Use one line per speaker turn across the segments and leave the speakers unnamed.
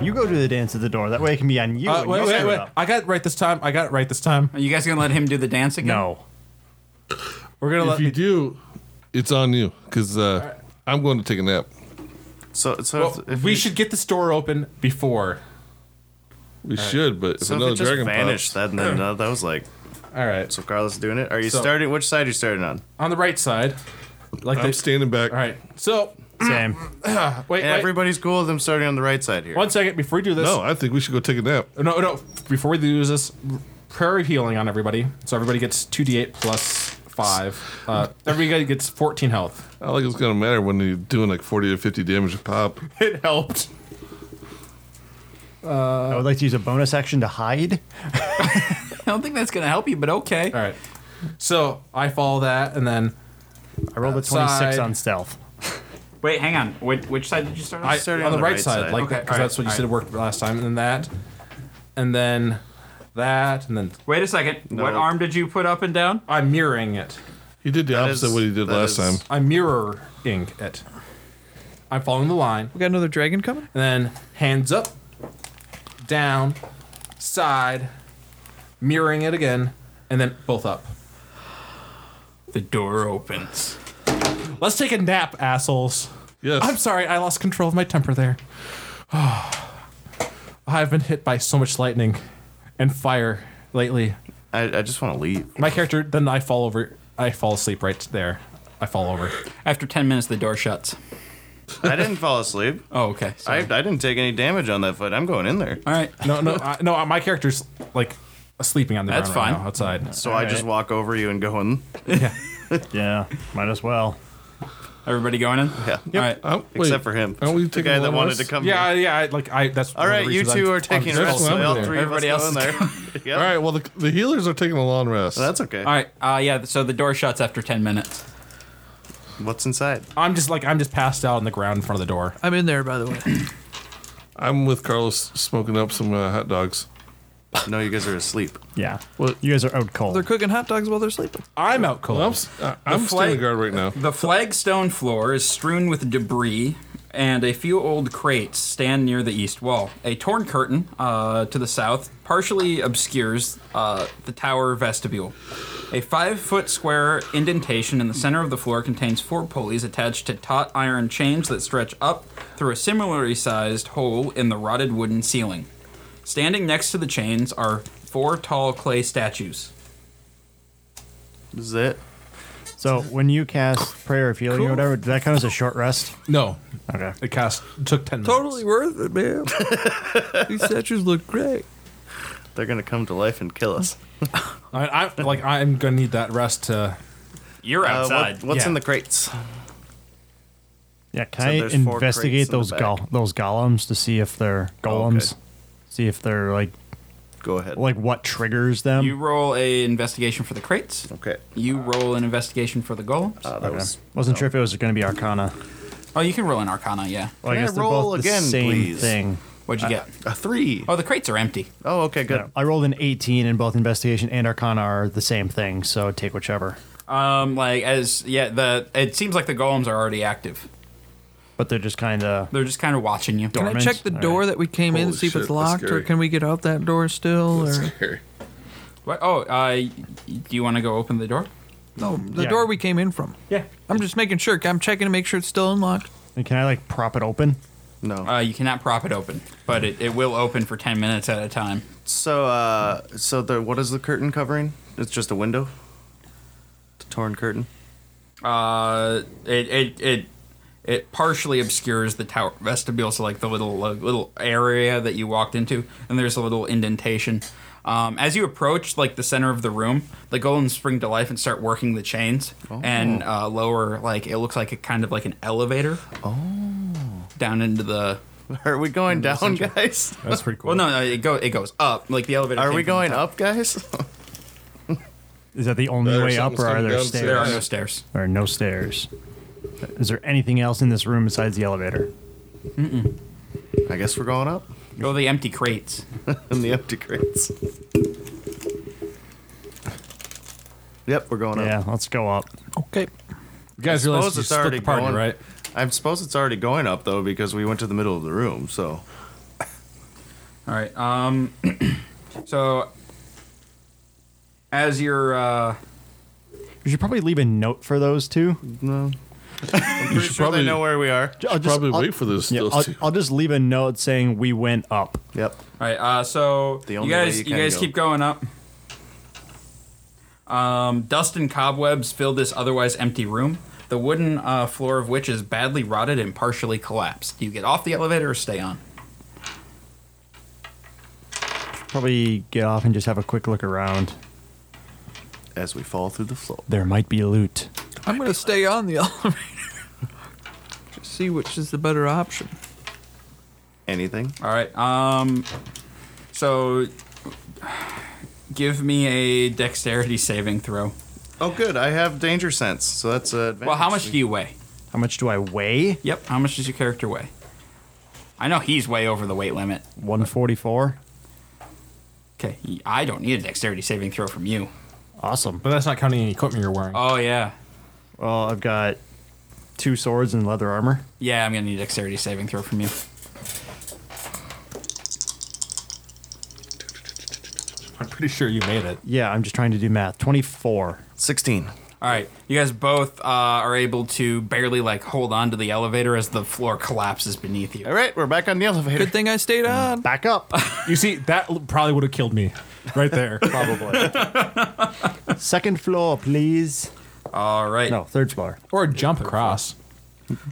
You go to the dance at the door. That way it can be on you.
Uh,
and
wait,
you
wait,
screw
wait.
it up.
I got it right this time. I got it right this time.
Are you guys gonna let him do the dance again?
No.
We're gonna
If
let
you
me.
do, it's on you because uh, I'm going to take a nap.
So, so
Well,
if, if
Oh, we
you-
should get this door open before.
We should, but if
So if
another
it just
dragon
vanished,
pops,
that then uh, that was like.
All right.
So Carlos doing it. Are you
So-
starting? Which side are you starting on?
on the right side. Like
I'm
this.
standing back.
All right. So
Same.
wait,
And
wait.
everybody's cool with them starting on the right side here.
One second before we do this.
No, I think we should go take a nap.
no, no. Before we do this, prairie healing on everybody. So everybody gets two d8 plus five. Uh, everybody gets 14 health.
I don't think it's gonna matter when you're doing like 40 to 50 damage a pop.
It helped.
I would like to use a bonus action to hide.
I don't think that's gonna help you, but okay.
All right. So I follow that, and then
I rolled a
Outside.
26 on stealth.
Wait, hang on. Which, which side did you start on?
I, on,
Starting
the, right, side, like
Okay,
because
all
that's what you
right,
said
all
worked last time, and then that, and then that, and then
Wait a second. What
No.
arm did you put up and down?
I'm mirroring it.
He did the opposite
is-
of what he did
that
last
is-
time.
I'm mirroring it. I'm following the line.
We got another dragon coming?
And then hands up, down, side, mirroring it again, and then both up.
The door opens.
Let's take a nap, assholes.
Yes.
I'm sorry, I lost control of my temper there. I've been hit by so much lightning and fire lately.
I, I just want to leave.
My character, then I fall over. I fall asleep right there. I fall over.
After ten minutes, the door shuts.
I didn't fall asleep.
Oh, okay.
I, I
Sorry.
didn't take any damage on that fight. I'm going in there.
All right.
No, no, I, no. My character's like sleeping on the
That's
ground right
fine.
now outside.
So I just walk over you and go in.
Yeah, might as well.
Everybody going in?
Yeah.
All right.
I'm-
Except for him.
Aren't we
the
taking
guy
one
that
of
wanted
us?
to come
Yeah,
here.
yeah. I, like I. That's
All right, you two are taking a rest.
just
so
over
All
there.
three
Everybody
of us
else
go in there. yeah.
All right. Well, the, the healers are taking a long rest.
That's okay.
All right. Uh, yeah. So the door shuts after ten minutes.
What's inside?
I'm just like I'm just passed out on the ground in front of the door.
I'm in there, by the way.
I'm with Carlos smoking up some uh, hot dogs.
No, you guys are asleep.
Yeah. Well, you guys are out cold.
They're cooking hot dogs while they're sleeping.
I'm out cold.
I'm, s- I- I'm
flight-
standing guard right now.
The flagstone floor is strewn with debris, and a few old crates stand near the east wall. A torn curtain uh, to the south partially obscures uh, the tower vestibule. A five foot square indentation in the center of the floor contains four pulleys attached to taut iron chains that stretch up through a similarly sized hole in the rotted wooden ceiling. Standing next to the chains are four tall clay statues.
This is it.
so when you cast prayer of healing or whatever, does that count as a short rest?
No,
Okay.
it cast took ten. minutes.
Totally worth it, man. These statues look great.
They're gonna come to life and kill us.
I, I like I'm gonna need that rest to.
You're
Uh,
outside.
what, what's
yeah.
in the crates?
Yeah, can
So
I
there's four crates
investigate
in the
those
back.
gol- those golems to see if they're
Oh, okay.
golems? See if they're like
Go ahead.
like what triggers them?
You roll a investigation for the crates.
okay.
You roll an investigation for the golems.
Uh, that
okay.
was
Wasn't sure if it was going to be Arcana.
oh, you can roll an Arcana. Yeah.
Well,
Can I
I guess they're
roll
both
again,
the same
please?
thing.
What'd you get?
a three.
Oh, the crates are empty.
Oh, okay, good.
I rolled an 18, and both investigation and Arcana are the same thing. So take whichever.
Um, like as yeah, the it seems like the golems are already active.
But they're just kind of
They're just kind of watching you.
Dormant.
Can I check the
All
door
right.
that we came in
Holy
to see if
shit,
it's
that's
locked, or
scary.
can we get out that door still? Or
Scary.
What? Oh, uh, y- do you want to go open the door?
no, the
Yeah.
door we came in from.
Yeah.
I'm just making sure. I'm checking to make sure it's still unlocked.
And can I like prop it open?
No.
Uh, you cannot prop it open, but it, it will open for ten minutes at a time.
so, uh, so the what is the curtain covering? It's just a window. The torn curtain.
Uh, it it it it partially obscures the tower vestibule, so like the little uh, little area that you walked into, and there's a little indentation. Um, as you approach like the center of the room, the golems spring to life and start working the chains
Oh.
and uh, lower like it looks like a kind of like an elevator. Oh. Down into the
Are we going down, guys?
That's pretty cool.
well, no, no, it go it goes up like the elevator.
Are
came
we
from the
going
top.
up, guys?
Is that the only
There's
way up,
something
or are
coming
there
downstairs.
stairs?
There are no stairs.
There are no stairs. Is there anything else in this room besides the elevator?
I guess we're going up
Go to the empty crates.
in the empty crates. Yep, we're going up.
Yeah, let's go up.
Okay. You guys realize
suppose
you
it's
split
already
the party,
going-
right?
I suppose it's already going up though because we went to the middle of the room. So
All right. Um, so as you're, uh,
We should probably leave a note for those two.
no, I'm pretty sure
probably-
they know where we are.
I'll just-
Probably
I'll-
wait for this.
Yeah,
those
I'll,
two.
I'll just leave a note saying we went up.
Yep.
all right. Uh, so
The
you
only way
guys,
you
you,
can
guys
go.
keep going up. Um, dust and cobwebs fill this otherwise empty room. The wooden uh, floor of which is badly rotted and partially collapsed. Do you get off the elevator or stay on?
Probably get off and just have a quick look around.
As we fall through the floor.
There might be loot.
I'm gonna stay on the elevator. Just see which is the better option.
Anything?
All right. Um. So, give me a dexterity saving throw.
Oh, good. I have danger sense, so that's a. Advantage.
Well, how much do you weigh?
How much do I weigh?
Yep. How much does your character weigh? I know he's way over the weight limit.
144.
Okay. I don't need a dexterity saving throw from you.
Awesome.
But that's not counting any equipment you're wearing.
Oh yeah.
Well, I've got two swords and leather armor.
Yeah, I'm gonna need a dexterity saving throw from you.
I'm pretty sure you made it.
Yeah, I'm just trying to do math. 24.
Sixteen.
All right, you guys both uh, are able to barely like hold on to the elevator as the floor collapses beneath you.
All right, we're back on the elevator.
Good thing I stayed on.
Back up.
You see, that l- probably would have killed me right there.
Probably. Second floor, please.
All right.
No, third floor.
or jump across.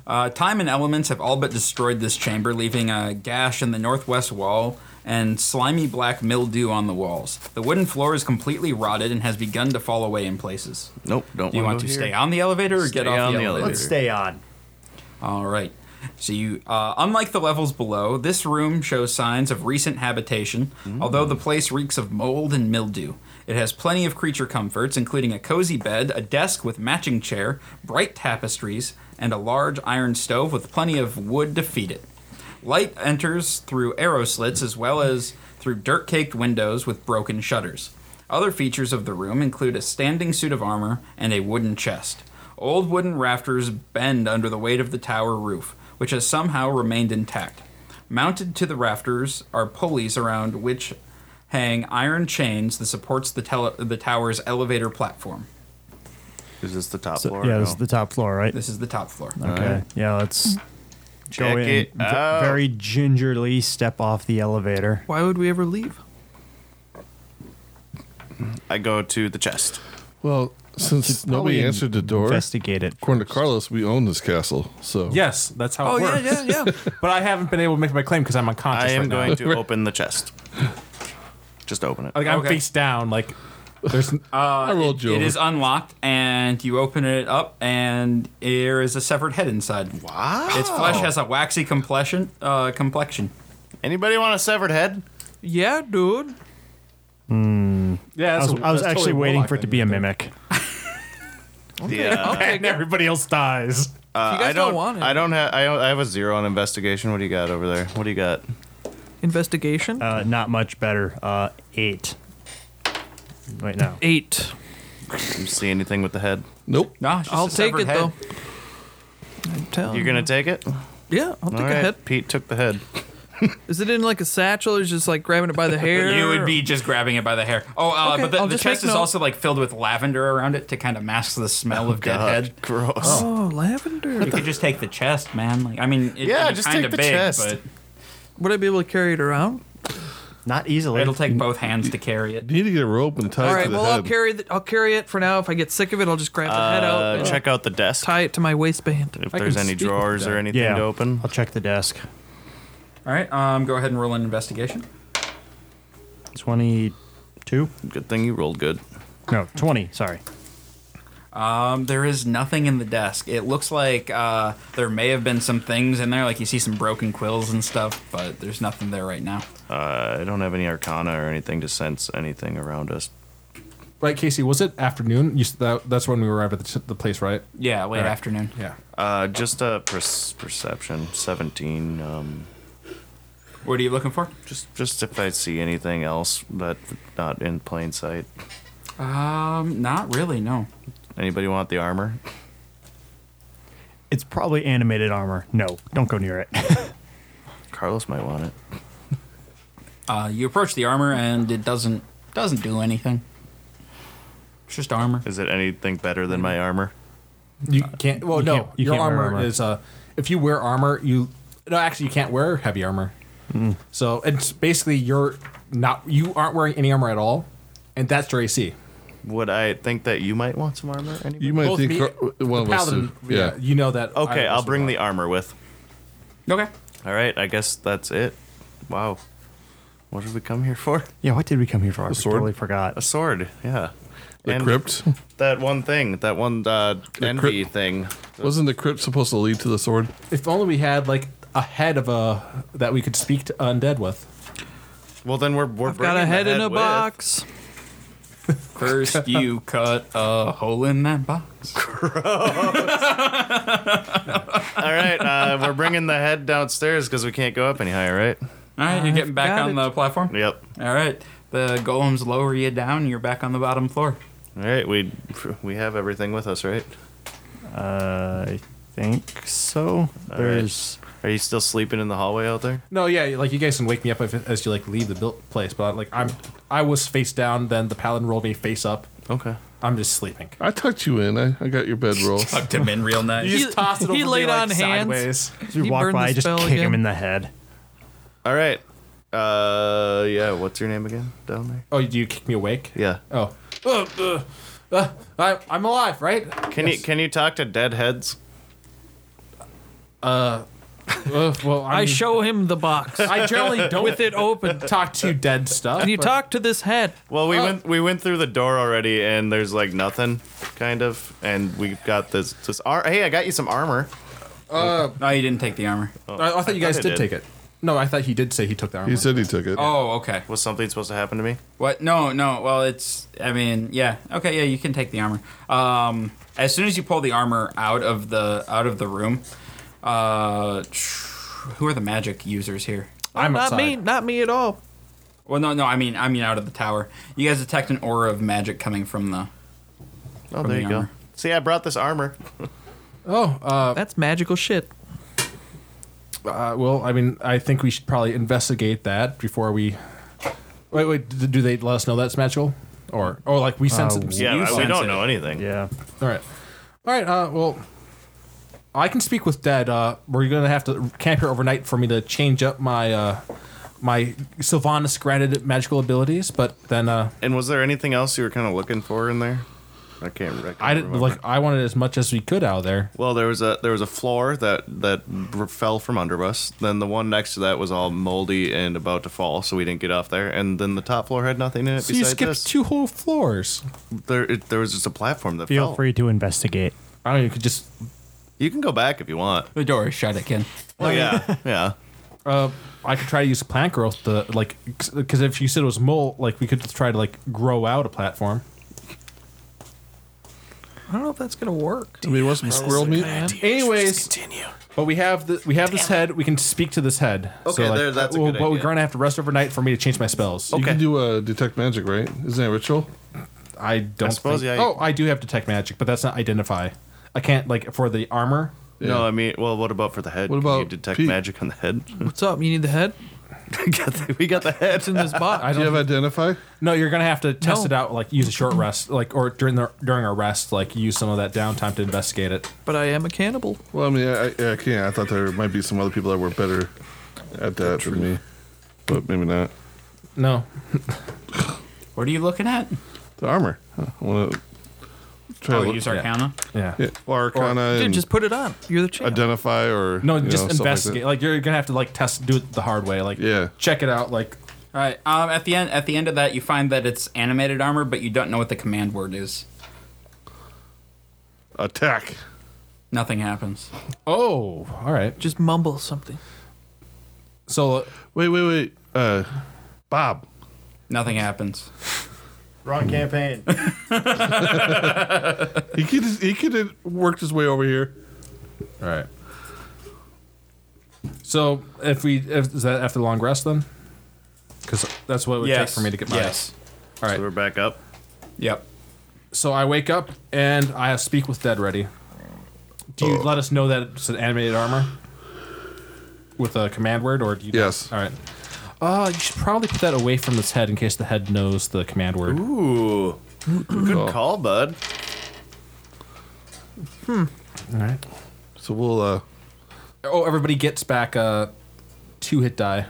Uh, time and elements have all but destroyed this chamber, leaving a gash in the northwest wall and slimy black mildew on the walls. The wooden floor is completely rotted and has begun to fall away in places.
Nope, don't
Do you want
go
to
here.
stay on the elevator or get
Stay
off
on
the,
the
elevator?
elevator.
Let's stay on.
All right. So you, uh, unlike the levels below, this room shows signs of recent habitation. Although the place reeks of mold and mildew, it has plenty of creature comforts, including a cozy bed, a desk with matching chair, bright tapestries, and a large iron stove with plenty of wood to feed it. Light enters through arrow slits as well as through dirt caked windows with broken shutters. Other features of the room include a standing suit of armor and a wooden chest. Old wooden rafters bend under the weight of the tower roof, which has somehow remained intact. Mounted to the rafters are pulleys around which hang iron chains that supports the, tele- the tower's elevator platform.
Is this the top floor?
Yeah,
No.
this is the top floor, right?
This is the top floor.
Okay. Yeah, let's
Check
go in.
it
V-
out.
Very gingerly step off the elevator.
Why would we ever leave?
I go to the chest.
Well, since nobody
Probably
answered the door,
Investigate it.
according to Carlos, we own this castle. So
Yes, that's how
Oh
it
yeah,
works.
yeah, yeah.
But I haven't been able to make my claim because I'm unconscious.
I am
right now.
going to open the chest. Just open it.
Like I'm
Okay.
face down. Like there's.
I rolled you.
It
over.
is unlocked, and you open it up, and there is a severed head inside.
Wow.
Its flesh has a waxy complexion. Uh, complexion.
Anybody want a severed head?
Yeah, dude.
yeah,
I was, I was actually waiting for it to be a mimic.
Yeah.
I'll take
And
it.
everybody else dies.
Uh,
If you guys
I don't,
don't want it.
I don't have. I, I have a zero on investigation. What do you got over there? What do you got?
Investigation.
Uh, not much better. Uh, eight. Right now.
Eight.
You see anything with the head?
Nope.
No, it's just
I'll
a
take
severed
it
head.
though. I'm telling
You're gonna take it?
Yeah, I'll take
All
a
right.
head.
Pete took the head.
Is it in like a satchel? Or is it just like grabbing it by the hair?
You would
or-
be just grabbing it by the hair. Oh, uh,
Okay,
but the,
I'll
the
just make
chest is
note.
also like filled with lavender around it to kind of mask the
Oh,
smell of dead head.
Gross.
Oh, lavender.
You could just take the chest, man. Like I mean, it,
Yeah,
it's
just
kinda
take the
big,
chest.
but
Would I be able to carry it around?
Not easily.
it'll take both hands to carry it.
You need to get a rope and tie
All
it
right.
to the
Well,
head.
I'll carry the, I'll carry it for now. If I get sick of it, I'll just grab the head out,
Uh,
and
check out the desk.
tie it to my waistband.
If there's
can
any
speak with
drawers or
that.
anything
yeah.
to open.
I'll check the desk.
All right, um, go ahead and roll an investigation.
22?
Good thing you rolled good.
No, 20. Sorry.
Um, there is nothing in the desk. It looks like uh, there may have been some things in there, like you see some broken quills and stuff, but there's nothing there right now.
Uh, I don't have any arcana or anything to sense anything around us.
Right, Casey. Was it afternoon? You, s- that, that's when we arrived at the, t- the place, right?
Yeah, late
All right.
afternoon.
Yeah.
Uh, just a per- perception, seventeen. Um,
What are you looking for?
just, just if I see anything else that not in plain sight.
Um, not really. No.
Anybody want the armor?
It's probably animated armor. No, don't go near it.
Carlos might want it.
Uh, you approach the armor and it doesn't doesn't do anything. It's just armor.
Is it anything better than my armor?
You can't. Well,
you
no,
can't- you
your
can't wear
armor,
armor.
is. Uh, if you wear armor, you no. Actually, you can't wear heavy armor.
Mm.
So it's basically you're not. You aren't wearing any armor at all, and that's your AC.
Would I think that you might want some armor? Anybody?
You might
Both
think
me-
Car- one of
the
us
paladin,
did. Yeah.
you know that.
okay,
I
I'll
also
bring
want.
the armor with.
Okay.
All right, I guess that's it. Wow. What did we come here for?
yeah, what did we come here for? I
sword?
totally
A
forgot.
sword, yeah.
The
And
crypt
That one thing, that one uh, envy
crypt.
thing.
wasn't the crypt supposed to lead to the sword?
If only we had like a head of a that we could speak to undead with.
Well, then we're we're bringing
Got a
the
head in a
with.
box.
First, you cut a hole in that box.
All right, uh, we're bringing the head downstairs because we can't go up any higher, right?
All right, you're getting back
got
on
it.
the platform.
Yep.
All right, the golems lower you down. You're back on the bottom floor.
All right, we we have everything with us, right?
Uh, I think so. There's
Are you still sleeping in the hallway out there?
No, yeah, like you guys can wake me up if, as you like leave the built place, but like I'm, I was face down. Then the paladin rolled me face up.
Okay.
I'm just sleeping.
I tucked you in. I, I got your bedroll.
Tucked him in real nice.
He- he laid on hands.
you
He
walk
burned the
by, just
spell
kick
again.
him in the head.
All right. Uh, yeah. What's your name again down there?
Oh, do you kick me awake?
Yeah.
Oh. Uh, uh, uh, I, I'm alive, right?
Uh, Can you can you talk to dead heads?
Uh, well, I'm,
I show him the box
I generally don't
with it open.
talk to dead stuff.
And you
but-
talk to this head.
Well,
Oh.
we went we went through the door already, and there's like nothing, kind of, and we got this this. Ar- hey, I got you some armor.
No, you didn't take the armor.
I, I thought you
I
guys
thought I
did,
did.
take it. No, I thought he did say he took the armor.
He said he took it.
Oh, okay.
Was something supposed to happen to me?
What? No, no. Well, it's. I mean, yeah. Okay, yeah. You can take the armor. Um, as soon as you pull the armor out of the out of the room, uh, who are the magic users here?
I'm
not
outside.
me, not me at all.
Well, no, no. I mean, I mean, out of the tower. You guys detect an aura of magic coming from the.
Oh,
From
there
the
you go.
armor.
See, I brought this armor.
Oh, uh,
That's magical shit.
uh, well, I mean, I think we should probably investigate that before we. Wait, wait. d- Do they let us know that's magical, or or like we sense
Oh,
Uh,
it?
Yeah,
You
I- we
sense
don't
it.
know anything.
Yeah.
All right. All right. Uh, well, I can speak with Dad. Uh, we're gonna have to camp here overnight for me to change up my uh, my Sylvanas granted magical abilities. But then uh,
And was there anything else you were kind of looking for in there? I can't. I, can't
I didn't
remember.
like. I wanted as much as we could out of there.
Well, there was a there was a floor that that r- fell from under us. Then the one next to that was all moldy and about to fall, so we didn't get off there. And then the top floor had nothing in it
So you
besides
skipped
this.
two whole floors.
there, it, there was just a platform that
Feel
Oh.
fell.
free to investigate.
I don't know. You could just.
You can go back if you want.
The door is shut. It can.
Oh yeah, yeah.
Uh, I could try to use plant growth to like, because if you said it was molt, like we could just try to like grow out a platform.
I don't know if that's gonna work.
I mean, what's my squirrel meat?
Anyways, but we have the we have this head. We can speak to this head.
Okay, there- that's a
well,
good
But we're
idea.
gonna have to rest overnight for me to change my spells.
You
Okay.
can do a detect magic, right? Isn't that a ritual?
I don't
suppose,
think-
yeah, you-
Oh, I do have detect magic, but that's not identify. I can't like for the armor.
No, I mean, well, what about for the head?
What
Can you
about
detect
Pete?
magic on the head?
What's up? You need the head?
we got the, we got the head.
It's in this box.
I
Do
don't.
you have identify?
no, you're gonna have to test
No.
it out. Like use a short rest, like or during the during our rest, like use some of that downtime to investigate it.
but I am a cannibal.
Well, I mean, I, I, I can't. I thought there might be some other people that were better at that than me, but maybe not.
No,
What are you looking at?
The armor. I want to try
Oh,
to look-
use Arcana.
yeah.
yeah, or Arcana
Dude,
and
just put it on. You're the champ.
identify or
No,
you know,
just
stuff like that.
investigate. Like, you're gonna have to like test, do it the hard way. Like,
Yeah.
check it out. Like,
All right. Um, at the end, at the end of that, you find that it's animated armor, but you don't know what the command word is.
Attack.
Nothing happens.
oh, all right.
Just mumble something.
So uh,
Wait, wait, wait. Uh, Bob.
Nothing happens.
Wrong campaign.
He could he could have worked his way over here.
All right. So if we if, is that after the long rest then? Because that's what it would take for me to get my.
Yes.
All right.
So we're back up.
Yep.
So I wake up and I speak with Dead Ready. Do
Oh.
you let us know that it's an animated armor with a command word, or do you?
Yes.
All right. Uh, you should probably put that away from this head in case the head knows the command word.
Ooh. Good call, bud.
All right.
So we'll uh
Oh, everybody gets back uh, two hit die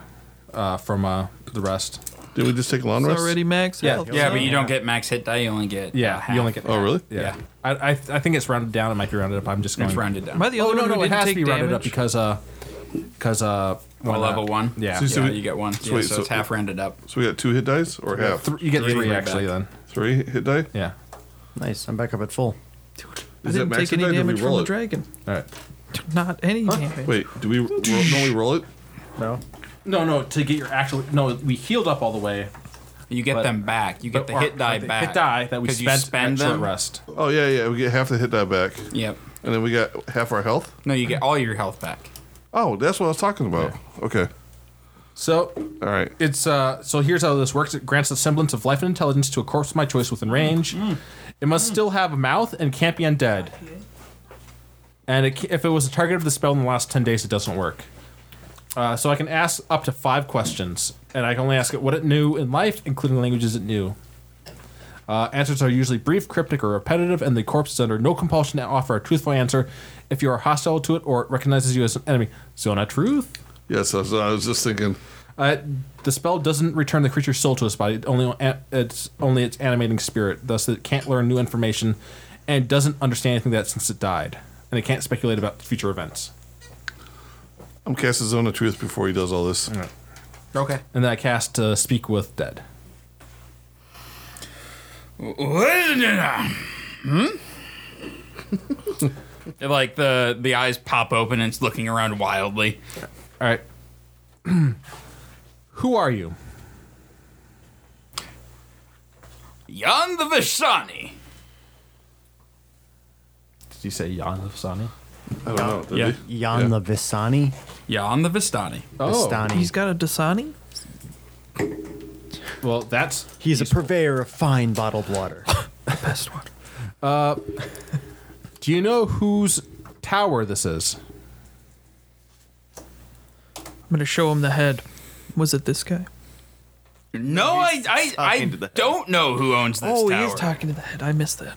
uh, from uh, the rest.
did we just take a long
It's
rest?
already max
Yeah.
health.
Yeah, but you don't get max hit die. You only get
Yeah,
uh,
you
half.
only get.
Oh really?
Yeah, I, I, I think it's rounded down. It might be rounded up. I'm just going.
It's rounded down.
Am I the
oh
only
no,
one who
no, it
didn't
has to
take
be rounded up
damage?
because uh, because uh,
Well,
when, uh,
Oh, level one.
Yeah,
so,
so
yeah,
we-
you get one. Yeah,
wait,
so,
so-
it's half rounded up.
So we got two hit dice or half?
Th- you get
Three
three,
right
actually then.
Three hit die?
Yeah.
Nice. I'm back up at full.
I
Is that
didn't
max hit
take any
die or do we
damage from
roll
the
it?
dragon.
All right.
Not any damage.
Wait, do we ro- roll, don't we roll it?
No.
No, no. To get your actual no, we healed up all the way.
You get
But-
them back. You get
but-
the
or-
hit die
or the
back.
Hit die that we
'Cause
spent.
you spend
at short
them.
rest.
Oh yeah, yeah. We get half the hit die back,
Yep.
and then we got half our health.
No, you get all your health back.
Oh, that's what I was talking about. Okay,
So
all right.
it's uh so here's how this works. It grants the semblance of life and intelligence to a corpse of my choice within range. It must still have a mouth and can't be undead. And it, ca- if it was a target of the spell in the last ten days, it doesn't work. Uh, so I can ask up to five questions, and I can only ask it what it knew in life, including languages it knew. Uh, answers are usually brief, cryptic, or repetitive, and the corpse is under no compulsion to offer a truthful answer if you are hostile to it or it recognizes you as an enemy. Zone of truth.
Yes, yeah, so, so I was just thinking.
Uh, the spell doesn't return the creature's soul to its body. It only it's only its animating spirit. Thus, it can't learn new information, and doesn't understand anything that since it died, and it can't speculate about future events.
I'm casting Zone of Truth before he does all this.
Okay.
And then I cast uh, Speak with Dead.
hmm? like the the eyes pop open and it's looking around wildly.
All right. Who are you?
Jan the Vishani.
Did you say Jan of Sani?
I don't know. Did
Yeah.
he?
Jan
Yeah.
Lavissani.
Jan the Vistani.
Oh,
Vistani.
He's got a Dasani?
well, that's
He's a purveyor of fine bottled water.
Best one.
Do you know whose tower this is?
I'm going to show him the head. Was it this guy?
No, I I, I
talking to the head.
don't know who owns this
oh,
tower.
he is talking to the head. I missed that.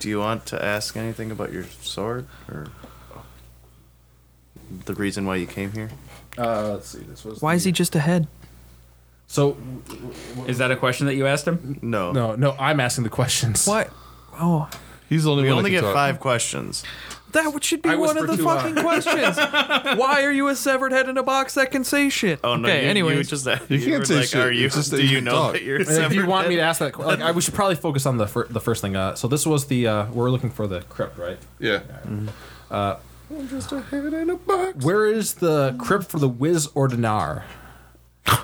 Do you want to ask anything about your sword or the reason why you came here?
Uh, let's see. This was
Why is he just a head?
so?
Is that a question that you asked him?
No.
No, no. I'm asking the questions.
Why? Oh,
He's the only
We
one.
only
that
get
can talk.
five questions.
that would- should be
I
one of
whispered
the
to, uh,
fucking questions. Why are you a severed head in a box that can say shit?
Oh no!
Okay,
you,
anyways.
you just
You
you,
can't
were
say
like,
shit,
Are you?
it's just that
do
you
you
can
know
talk.
that you're?
And if you
severed
want me to
head?
ask that, que- like, I, we should probably focus on the fir- the first thing. Uh, so this was the uh, we're looking for the crypt, right?
Yeah.
Where is the crypt for the Wiz Ordinar?
Is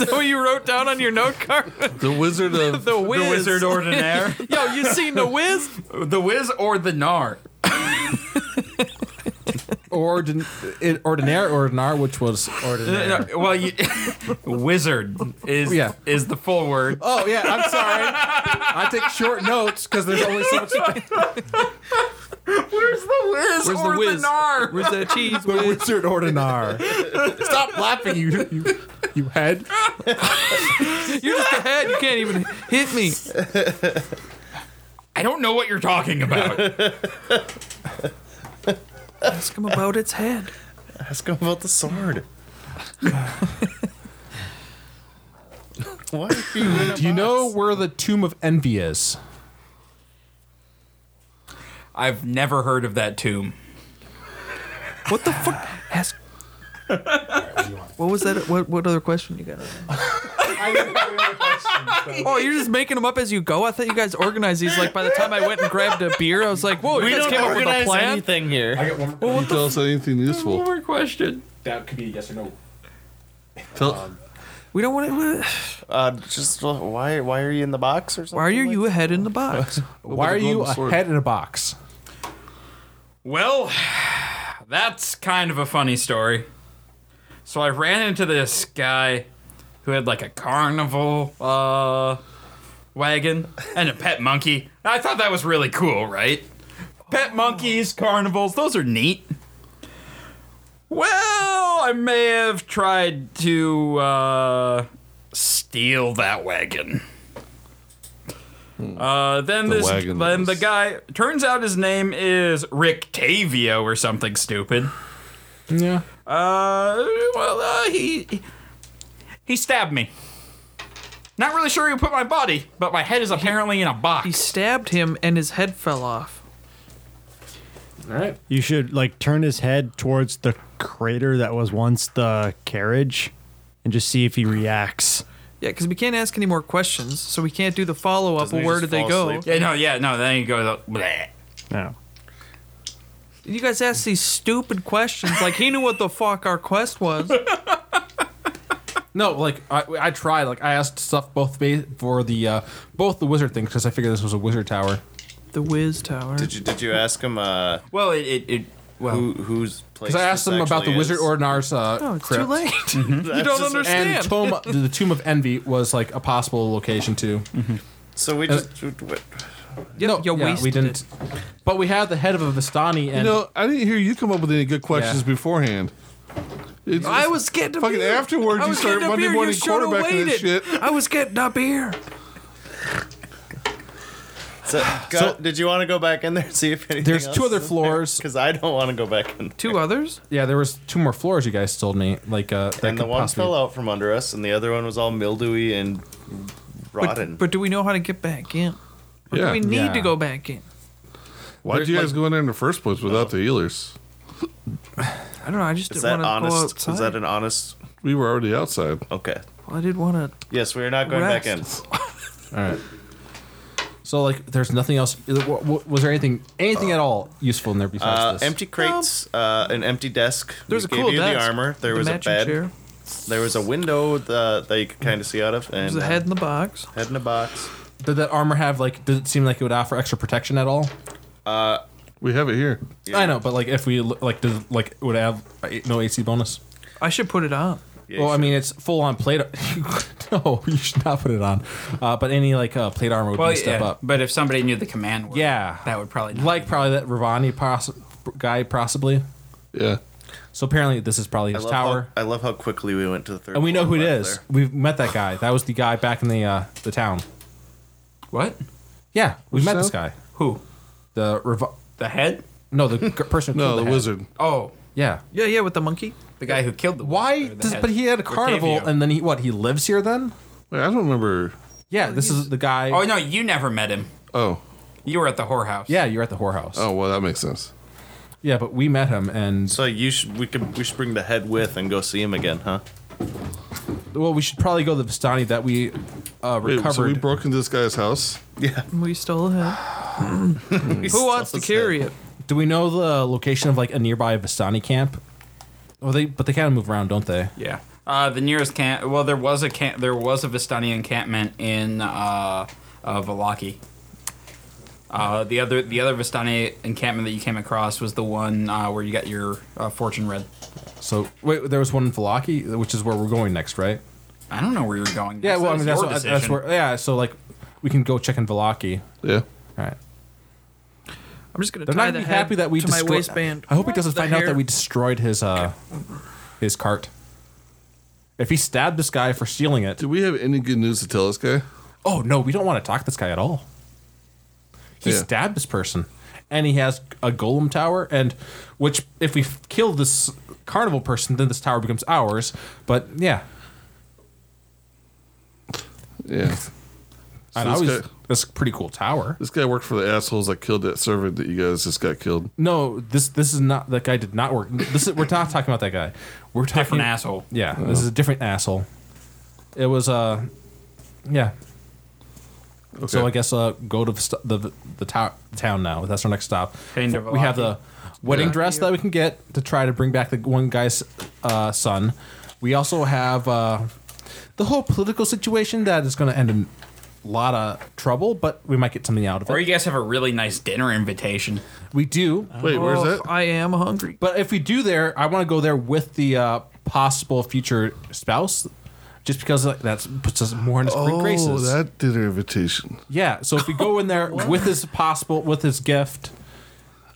that what you wrote down on your note card?
The Wizard of
the whiz.
The Wizard Ordinaire?
Yo, you seen the whiz?
the Wiz or the Nar?
Ordin- it- Ordinaire, Ordinar, which was
No,
Ordinaire.
well, you, wizard is
Yeah.
is the full word.
Oh yeah, I'm sorry. I take short notes because there's only so much.
Where's the Wiz
Where's the
or
Wiz?
the Nar?
Where's that cheese?
The Wizard Ordinar. Stop laughing, you you, you head.
You're just a head. You can't even hit me.
I don't know what you're talking about.
Ask him about its head.
Ask him about the sword. Why are you in a
Do you know where the Tomb of Envy is?
I've never heard of that tomb.
What the fuck? Ask. What was that? What what other question you got? oh, you're just making them up as you go. I thought you guys organized these. Like by the time I went and grabbed a beer, I was like, "Whoa, you guys came up with a plan."
I
here?
got one more.
you tell us anything
One
useful.
more question.
That could be a yes or no.
Tell,
We don't want to.
Um, Uh, just uh, why? Why are you in the box or something?
Why are you
like
you a head in the box?
Why are you a
Sword.
head in a box?
Well, that's kind of a funny story. So I ran into this guy who had like a carnival uh wagon and a pet monkey. I thought that was really cool, right? Pet monkeys, carnivals, those are neat. Well, I may have tried to uh, steal that wagon. Uh, then
Hmm. The
this,
wagon
then the
was-
guy turns out his name is Rick Tavio or something stupid.
Yeah.
Uh, well, uh, he he stabbed me. Not really sure who put my body, but my head is apparently in a
He
box.
stabbed him and his head fell off.
All right.
You should like turn his head towards the crater that was once the carriage, and just see if he reacts.
Yeah, because we can't ask any more questions, so we can't do the follow up.
Doesn't
Well,
he
where
just
did they
fall
go?
asleep?
Yeah, no, yeah, no. Then you go. the- Bleh.
No.
You guys ask these stupid questions. Like he knew what the fuck our quest was.
No, like I, I tried. Like I asked stuff both ba- for the uh, both the wizard things because I figured this was a wizard tower.
The Wiz Tower.
Did you did you ask him uh,
Well, it, it, it well.
who who's place?
Because I asked
this
them about the
actually
wizard
is?
ordinar's uh,
No, Oh, it's
crypt.
too late. you
That's
don't
just-
understand.
And tomb, the tomb of envy was like a possible location too.
Mm-hmm. So we
Uh,
just what-
no, yeah,
you
we
wasted
didn't. But we had the head of a Vistani,
You
and
know, I didn't hear you come up with any good questions
Yeah.
beforehand. It's
I
just-
was getting a
Fucking
beer.
afterwards,
I
you
was
started
getting a
Monday
beer. You
morning
shoulda
quarterbacking this
waited.
shit.
I was getting a beer.
so, go- did you want to go back in there and see if anything?
there's two other floors.
Because I don't want to go back in.
Two others.
Yeah, there was two more floors. You guys told me like uh, that
And the
could
one
possibly-
fell out from under us, and the other one was all mildewy and rotten.
But do we know how to get back in? Or
Yeah.
do we need
Yeah.
to go back in?
Why would you
like-
guys go in there in the first place without the healers?
I don't know. I just
is that
didn't want to go
honest?
outside.
Is that an honest?
We were already outside.
Okay.
well, I did want to.
Yes, we are not going back in.
Rest.
All right. So like, there's nothing else. wa- wa- Was there anything, anything at all useful in there besides
Uh,
this?
empty crates, uh, an empty desk.
There was a
We gave
cool
you
desk.
the armor. There
the
was a
matching
bed.
Chair.
There was a window that, that you could kind of see out of. And,
There's a
uh,
head in the box.
head in a box.
Did that armor have like? Did it seem like it would offer extra protection at all?
We have it here.
I know, but like, if we l- like, did it, like would it have a- no AC bonus?
I should put it on.
Yeah,
well, I
sure.
mean, it's full on plate. no, you should not put it on. Uh, but any like uh, plate armor would
well,
be a step
yeah,
up.
But if somebody knew the command word,
Yeah.
that would probably not
Like probably that Ravani poss- guy possibly.
Yeah.
So apparently this is probably his
love
tower.
How, I love how quickly we went to the third.
and we know who
floor
it
left
is.
there.
We've met that guy. That was the guy back in the uh, the town.
what?
Yeah, we
Which
met this
town?
guy.
Who?
The Rav-
The head?
no, the g- person. who
No,
killed
the
head.
wizard.
Oh,
Yeah.
Yeah, yeah, with the monkey.
the guy who killed the.
Why?
or the
Does,
head.
but he had a
Octavio.
carnival, and then he what? He lives here then?
Wait, I don't remember.
Yeah. This is the guy.
Oh no, you never met him.
Oh,
You were at the whorehouse.
Yeah, you're at the whorehouse.
oh, well, that makes sense.
Yeah, but we met him, and
So you should we could we should bring the head with and go see him again, huh?
well, we should probably go to the Vistani that we uh,
Wait,
recovered.
so we broke into this guy's house.
We stole a head. Who wants to carry it?
Do we know the location of like a nearby Vistani camp? Well, they but they kind of move around, don't they?
Yeah. Uh, the nearest camp. Well, there was a camp. There was a Vistani encampment in uh, uh, Valaki. Uh, the other the other Vistani encampment that you came across was the one uh, where you got your uh, fortune read.
So wait, there was one in Falaki, which is where we're going next, right?
I don't know where you're going.
Yeah,
next.
well, I
That
mean
was
that's,
your
what, that's
decision.
where. Yeah, so like we can go check in Valaki.
Yeah.
All right.
I'm just gonna
They're
tie
not
the
gonna be
head
happy that we
to my
destroy-
waistband.
I hope he doesn't
The
find out
hair.
that we destroyed his uh his cart. If he stabbed this guy for stealing it,
Do we have any good news to tell this guy?
oh no, we don't want to talk to this guy at all. He
Yeah.
stabbed this person, and he has a golem tower, and which if we kill this carnival person, then this tower becomes ours. But yeah,
Yeah.
I
So this
always,
guy-
that's a pretty cool tower.
This guy worked for the assholes that killed that servant that you guys just got killed.
No, this this is not that guy did not work. This is, we're not talking about that guy. We're talking
Different asshole.
Yeah, this is a different asshole. It was uh, yeah. So
Okay.
I guess uh, go to the st- the the to- town now. That's our next stop.
Kind of
we have the wedding
Yeah.
dress that we can get to try to bring back the one guy's uh, son. We also have uh, the whole political situation that is going to end in a lot of trouble, but we might get something out of
Or
it.
you guys have a really nice dinner invitation.
We do.
Wait, where's
Oh,
that?
I am hungry.
But if we do there, I want to go there with the uh, possible future spouse, just because like, that puts us more in his
Oh,
great graces.
that derivation.
yeah. So if we go in there with his possible with his gift,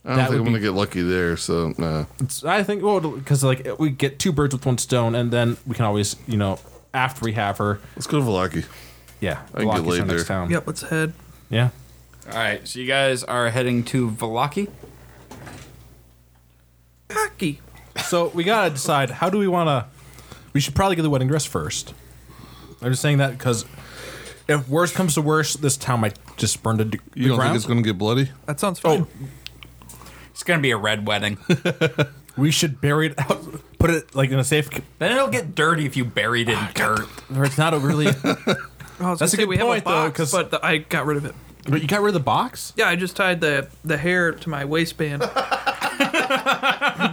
I don't
That
think
would
I'm gonna
be-
get lucky there. So nah.
it's, I think well because like we get two birds with one stone, and then we can always you know after we have her,
let's go to Valaki.
yeah,
I can get
Vlaki's our
laid
next
there.
town.
Yep, let's head.
Yeah.
All right, so you guys are heading to Valaki.
Hockey.
So we gotta decide how do we want to. We should probably get the wedding dress first. I'm just saying that because if worse comes to worse, this town might just burn to d- the
You don't
ground.
think it's gonna get bloody?
That sounds
Oh,
fine.
It's gonna be a red wedding.
we should bury it out, put it like in a safe. c-
then it'll get dirty if you buried it in dirt.
Or it's not a really.
Oh, I was
That's
gonna
a
say
good
we
point,
have
though,
a box,
'cause-
but the, I got rid of it.
but you got rid of the box.
Yeah, I just tied the the hair to my waistband.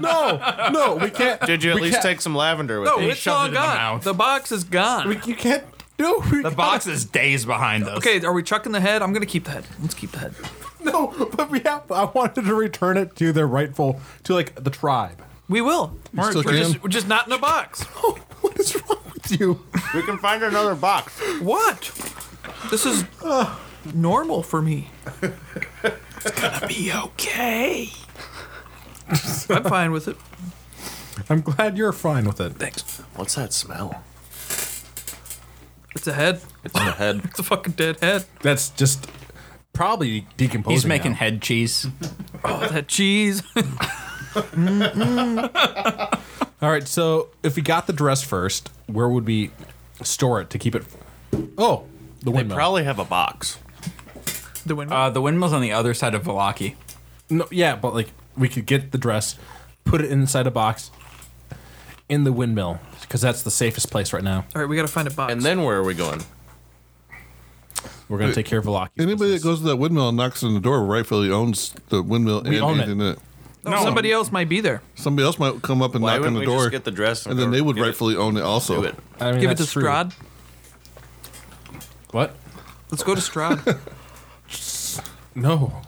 No, no, we can't.
Did you at
we
least
can't-
take some lavender with
No,
you?
Oh, it's
shoved it
all
in the
gone.
mouth.
The, box is gone.
We, you can't. No, we
The
gotta-
box is days behind us.
okay, are we chucking the head? I'm gonna keep the head. Let's keep the head.
No, but we have. I wanted to return it to their rightful to like the tribe.
We will. We're,
still
we're just,
can?
we're just not in a box.
Oh, What is wrong with you?
We can find another box.
What? This is normal for me. It's gonna be okay. I'm fine with it.
I'm glad you're fine with it.
Thanks.
What's that smell?
It's a head.
It's on the head.
It's a fucking dead head.
That's just probably decomposing.
He's making
now.
head cheese.
Oh, that cheese.
All right, so if we got the dress first, where would we store it to keep it? Oh, the
They
windmill.
probably have a box.
the window.
Uh, the windmill's on the other side of Valaki.
no, yeah, but like we could get the dress, put it inside a box, in the windmill because that's the safest place right now.
All right, we gotta find a box.
And then where are we going?
We're gonna take care of Velaki.
Anybody that goes to that windmill and knocks on the door rightfully owns the windmill and
own it.
anything in it.
no, Oh, somebody else might be there.
Somebody else might come up and
Why
knock on
wouldn't
the
we
door,
just get the dress
and then they would
get it-
rightfully own it also.
do it?
I mean,
Give it to
that's true.
Strad.
What?
Let's go to Strad.
No,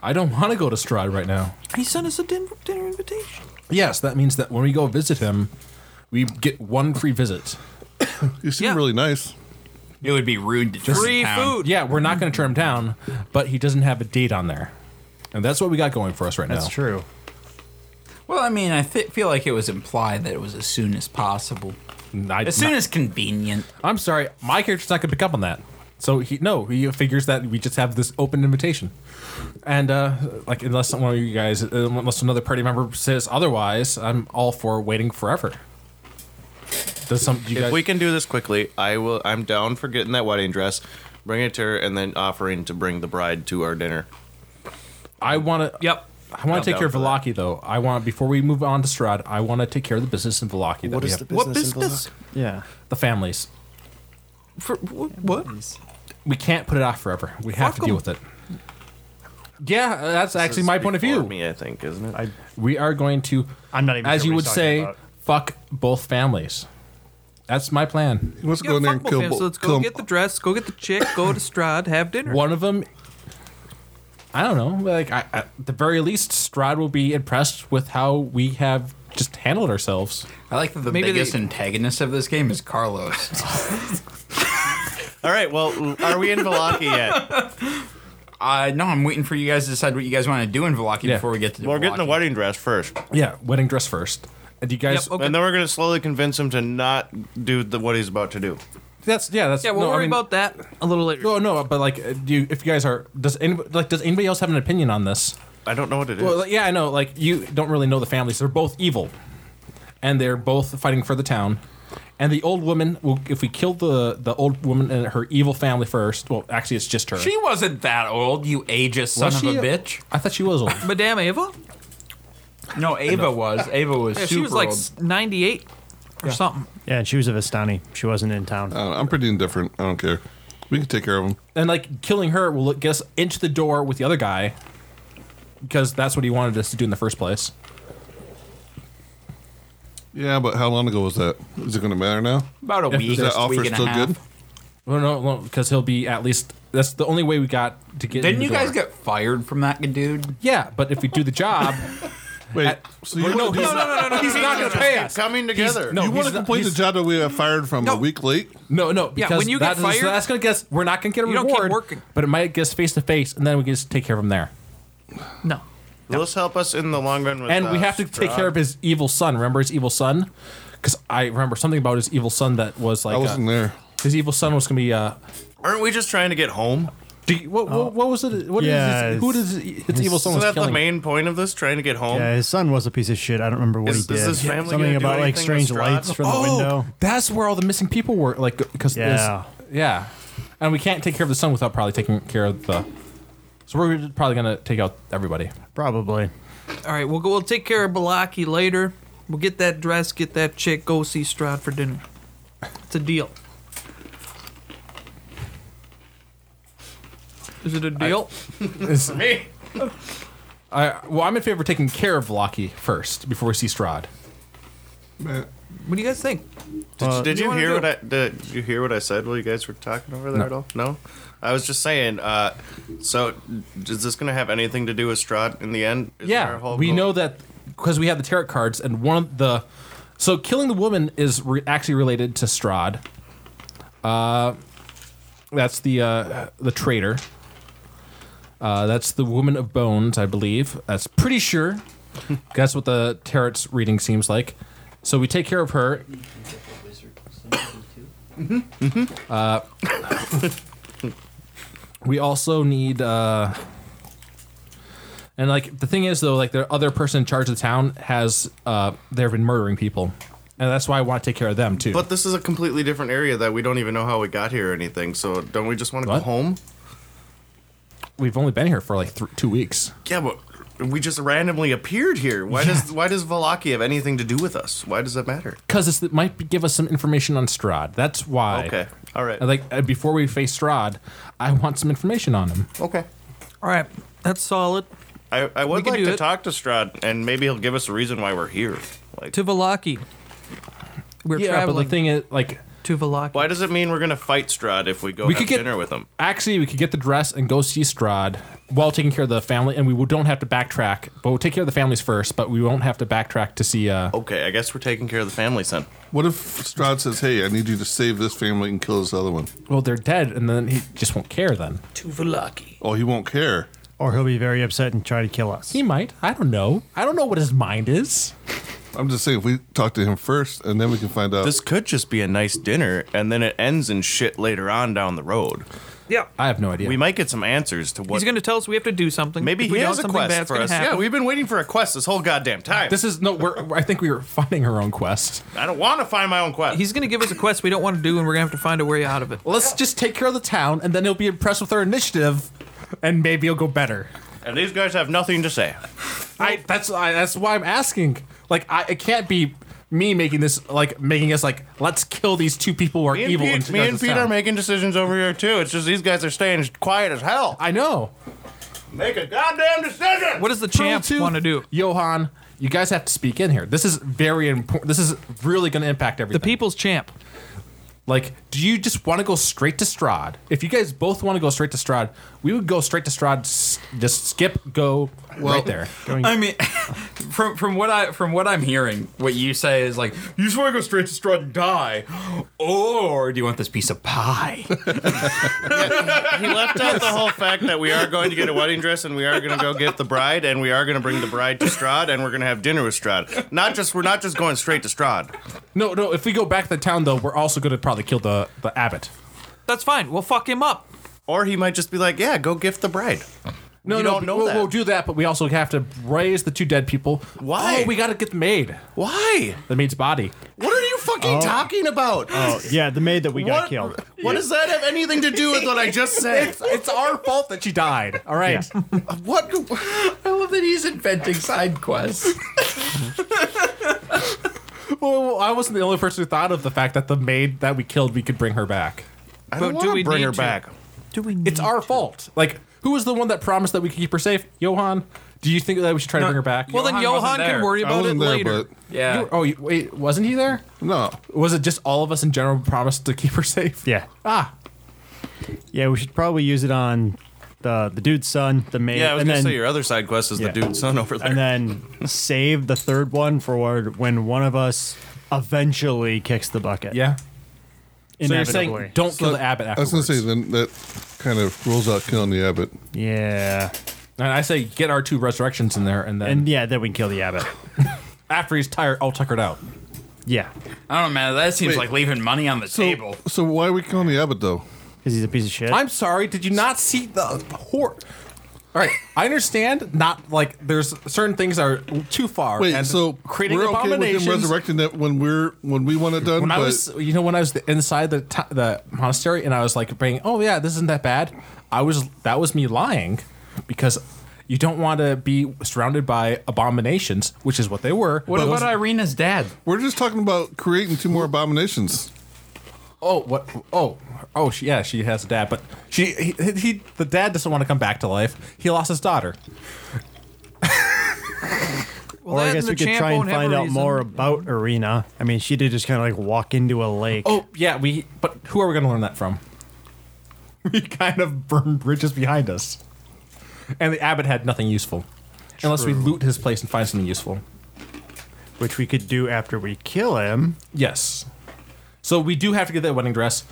I don't want to go to Stride right now.
he sent us a din- dinner invitation.
Yes, that means that when we go visit him, we get one free visit.
You seem
Yeah.
really nice.
It would be rude to turn
Free
down.
food.
Yeah, we're not gonna turn him down, but he doesn't have a date on there, and that's what we got going for us right
That's
now.
true.
Well, I mean, I th- feel like it was implied that it was as soon as possible,
I-
as soon as convenient.
I'm sorry, my character's not gonna pick up on that. So he no, he figures that we just have this open invitation, and uh, like unless one of you guys, uh, unless another party member says otherwise, I'm all for waiting forever. Does some do you
If
guys?
we can do this quickly, I will. I'm down for getting that wedding dress, bring it to her, and then offering to bring the bride to our dinner.
I want to.
Yep.
I want
I'm
to take
down
care of
for that.
Velaki though. I want before we move on to Strad, I want to take care of the business in Velaki. What is the
what business?
Yeah.
the families?
For wh- what?
We can't put it off forever. We have
Fuck
to deal
'em.
with it. Yeah, that's actually
This
my
is
point of
before
view.
Me, I think, isn't it?
I
We are going to.
I'm not even
As
sure
you
what
would
he's
say,
talking about.
fuck both families. That's my plan.
He wants to
Yeah,
go in there
fuck
and
both
kill.
fans.
bo-
So let's go
kill 'em.
get the dress, go get the chick, go to Strad, have dinner.
One of them. I don't know. Like I, at the very least, Strad will be impressed with how we have just handled ourselves.
I like that the
Maybe they-
biggest antagonist of this game is Carlos.
All right. Well, are we in Velaki yet?
uh, no, I'm waiting for you guys to decide what you guys want to do in Valaki
Yeah.
before we get to.
We're getting the
Valaki.
wedding dress first,
Yeah, wedding dress first. And you guys,
Yep, okay.
and then we're gonna slowly convince him to not do the, what he's about to do.
that's yeah, that's
Yeah, we'll
no, I
worry
mean-
about that a little later.
Oh no, but like, uh, do you, if you guys are does anybody like does anybody else have an opinion on this?
I don't know what it is.
Well, like, yeah, I know. Like, you don't really know the families. They're both evil, and they're both fighting for the town. And the old woman, will, if we kill the the old woman and her evil family first, well, actually, it's just her.
She wasn't that old, you ageist son
Was
of
she-
a bitch.
I thought she was old.
Madame Ava?
No, Ava was. Ava was
Yeah,
super
she was like
old.
s- 98 or something.
Yeah, and she was a Vistani. She wasn't in town.
Oh.
I don't know, I'm pretty indifferent. I don't care. We can take care of them.
and like killing her will get us into the door with the other guy, because that's what he wanted us to do in the first place.
Yeah, but how long ago was that? Is it going to matter now?
about a week,
Is that
just a
offer
week and
still
a half.
good?
Well, no, no, because he'll be at least. That's the only way we got to get. in
Didn't
the
you guys
door.
get fired from that dude?
Yeah, but if we do the job,
Wait, so you
no,
want to
he's not, no, no, no, he's not going to pay us.
Coming together.
no.
you want
Oh, he's
to
not-
complain to
he's-
John that we got fired from a
No.
week late?
No, no, because
when you
that
get
is-
fired,
that's going to get us. We're not going to get a
you don't
reward.
keep working.
but it might get us face to face, and then we can just take care of him there.
No.
Will this help us in the long run? With
And we
uh,
have to take
fraud?
care of his evil son. Remember his evil son? Because I remember something about his evil son that was like
I wasn't
uh,
there.
his evil son was going to be. Uh, Oh.
Aren't we just trying to get home?
do you- what, what, what was it? What is
Yeah,
his, who does his, his evil son
Isn't
was
that
killing?
the main point of this? Trying to get home.
Yeah, his son was a piece of shit. I don't remember what
Is-
he
is
did.
his family
Something
gonna do
about like
anything with
strange
Strahd?
lights from
oh,
the window.
that's where all the missing people were. Like because
Yeah.
yeah, and we can't take care of the son without probably taking care of the. So we're probably going to take out everybody.
Probably.
All right, we'll go. We'll take care of Balaki later. We'll get that dress, get that chick, go see Strahd for dinner. It's a deal. Is it a deal?
It's me. I, well, I'm in favor of taking care of Locky first before we see Strahd.
what do you guys think?
Did,
Uh,
did
you
you
wanna
hear
do-
what I did you hear what I said while you guys were talking over there
No.
at all? No, I was just saying. Uh, so, is this going to have anything to do with Strahd in the end? Is there a
yeah,
whole
we
goal?
know that because we have the tarot cards, and one of the so killing the woman is re- actually related to Strahd. Uh, that's the uh, the traitor. Uh, that's the woman of bones, I believe. That's pretty sure. that's what the tarot's reading seems like. So we take care of her.
Mm-hmm.
Uh, We also need. Uh, And like the thing is though, like the other person in charge of the town has uh they've been murdering people. And that's why I want to take care of them too.
But this is a completely different area that we don't even know how we got here or anything. So, don't we just want to go
What?
home?
We've only been here for like th- two weeks.
Yeah, but we just randomly appeared here. Why does why does Valaki have anything to do with us? Why does that matter?
Because it might be- give us some information on Strahd. That's why.
Okay, all right.
And, Like uh, before we face Strahd, I want some information on him.
Okay.
All right, that's solid.
I, I would
can
like
do
to
it.
talk to Strahd, and maybe he'll give us a reason why we're here. Like,
To Valaki. We're
yeah, but
traveling
the thing is, like,
to Valaki.
why does it mean we're gonna fight Strahd if we go
We
have
could get-
dinner with him?
actually, we could get the dress and go see Strahd while taking care of the family, and we will- don't have to backtrack. But we'll take care of the families first, but we won't have to backtrack to see. uh
Okay, I guess we're taking care of the family son.
What if Strahd says, "Hey, I need you to save this family and kill this other one"?
Well, they're dead, and then he just won't care. Then
To Valaki.
Oh, he won't care.
Or he'll be very upset and try to kill us.
he might. I don't know. I don't know what his mind is.
I'm just saying, if we talk to him first, and then we can find out.
This could just be a nice dinner, and then it ends in shit later on down the road.
Yeah.
I have no idea.
We might get some answers to Uh, what.
He's going to tell us we have to do something.
maybe
If
he
we
has
don't,
a
something
quest
bad's
for
gonna
us.
happen.
Yeah, we've been waiting for a quest this whole goddamn time.
This is no. We're. I think we were finding our own quest.
I don't want to find my own quest.
He's going to give us a quest we don't want to do, and we're going to have to find a way out of it.
Let's just take care of the town, and then he'll be impressed with our initiative, and maybe he'll go better.
and these guys have nothing to say.
I. That's. I, that's why I'm asking. Like, I. It can't be me making this. Like, making us like. Let's kill these two people who are
Me and,
evil.
Pete,
in
me and Pete
Peter.
are making decisions over here too. It's just these guys are staying quiet as hell.
I know.
Make a goddamn decision.
What does the champ
Pearl Tooth,
want to do?
Johan? You guys have to speak in here. This is very important. This is really going to impact
The
everything.
people's champ.
Like, do you just want to go straight to Strahd? If you guys both want to go straight to Strahd, we would go straight to Strahd. s- Just skip, go right there.
I mean, from from what I from what I'm hearing, what you say is like you just want to go straight to Strahd and die, or do you want this piece of pie?
He left out the whole fact that we are going to get a wedding dress and we are going to go get the bride and we are going to bring the bride to Strahd and we're going to have dinner with Strahd. Not just we're not just going straight to Strahd.
No, no. If we go back to the town, though, we're also going to probably kill the the abbot.
That's fine. We'll fuck him up.
Or he might just be like, "Yeah, go gift the bride."
No,
You
no.
don't know
we'll,
that.
we'll do that, but we also have to raise the two dead people.
Why?
Oh, we got to get the maid.
Why?
The maid's body.
What are you fucking talking about?
Oh, yeah, the maid that we got
What-
killed.
What does that have anything to do with what I just said?
It's our fault that she died. All right.
what?
I love that he's inventing side quests.
Well, well, I wasn't the only person who thought of the fact that the maid that we killed, we could bring her back.
I don't
But do
want
we
to bring
need
her
to?
back.
Do we need
It's our fault. Like, who was the one that promised that we could keep her safe? Johan? Do you think that we should try to bring her back?
Well, then
Johan wasn't
Johan can
there.
worry
I
about it
wasn't there,
later.
Yeah,
You- oh, you- wait, wasn't he there?
but no,
Was it just all of us in general promised to keep her safe?
Yeah.
Ah,
Yeah, we should probably use it on the the dude's son, the maid,
Yeah, I was
and
gonna
then
say your other side quest is
Yeah.
the dude's son over there.
and then save the third one for when one of us eventually kicks the bucket.
Yeah. So you're
inevitably.
saying don't kill the abbot
I was
afterwards.
gonna say then that kind of rules out killing the abbot.
yeah,
and I say get our two resurrections in there, and then
and yeah, then we can kill the abbot.
after he's tired, all tuckered out.
Yeah,
I don't know, man. That seems
Wait.
like leaving money on the table.
So why are we killing the abbot though?
because he's a piece of shit.
I'm sorry, did you not see the horse? All right, I understand. Not like there's certain things that are too far.
Wait,
and
so
creating
we're okay with
abominations.
him resurrecting that when we're when we want it done.
when I
but
was, you know, when I was the, inside the t- the monastery, and I was like, "Bring, oh yeah, this isn't that bad." I was that was me lying, because you don't want to be surrounded by abominations, which is what they were.
What
But
about
those-
Irina's dad?
we're just talking about creating two more abominations.
Oh, what? Oh, oh, she, yeah, she has a dad, but she he, he the dad doesn't want to come back to life. He lost his daughter.
Well,
or I
that
guess
and
we
the
could
champ
try and
won't have
find
a
out
reason.
more about Arena. I mean, she did just kind of like walk into a lake.
Oh yeah, we. But who are we going to learn that from? We kind of burned bridges behind us, and the abbot had nothing useful, unless we loot his place and find something useful.
which we could do after we kill him.
Yes. So we do have to get that wedding dress.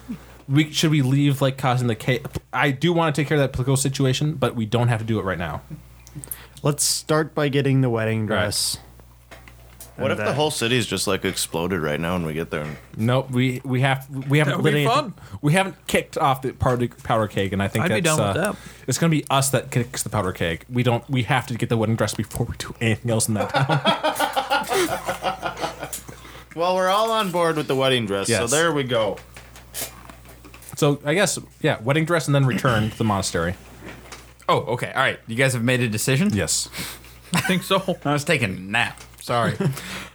We should we leave like causing the chaos? I do want to take care of that political situation, but we don't have to do it right now.
Let's start by getting the wedding dress.
what if
And,
the
uh,
whole city's just like exploded right now and we get there? And,
Nope we we have we haven't
would be
lit anything-
fun.
we haven't kicked off the powder powder keg, and I think
I'd be
that's,
down with
uh,
that.
It's gonna be us that kicks the powder keg. We don't we have to get the wedding dress before we do anything else in that town.
well, we're all on board with the wedding dress, so
Yes.
there we go.
so I guess yeah, wedding dress and then return to the monastery.
Oh, okay. All right. You guys have made a decision?
Yes.
I think so. I was taking a nap. Sorry. All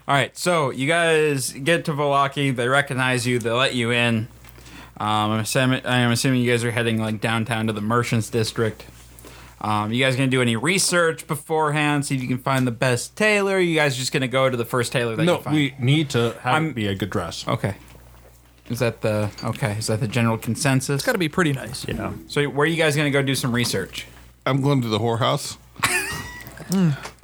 right. So you guys get to Volaki. They recognize you. They let you in. Um, I'm, assuming, I'm assuming you guys are heading like downtown to the merchants district. Um, you guys gonna do any research beforehand? See if you can find the best tailor. you guys just gonna go to the first tailor that you
No,
find.
we need to have
I'm-
it be a good dress.
okay. Is that the okay? Is that the general consensus?
It's got to be pretty nice.
You know,
So where are you guys gonna go do some research?
I'm going to the whorehouse. I'm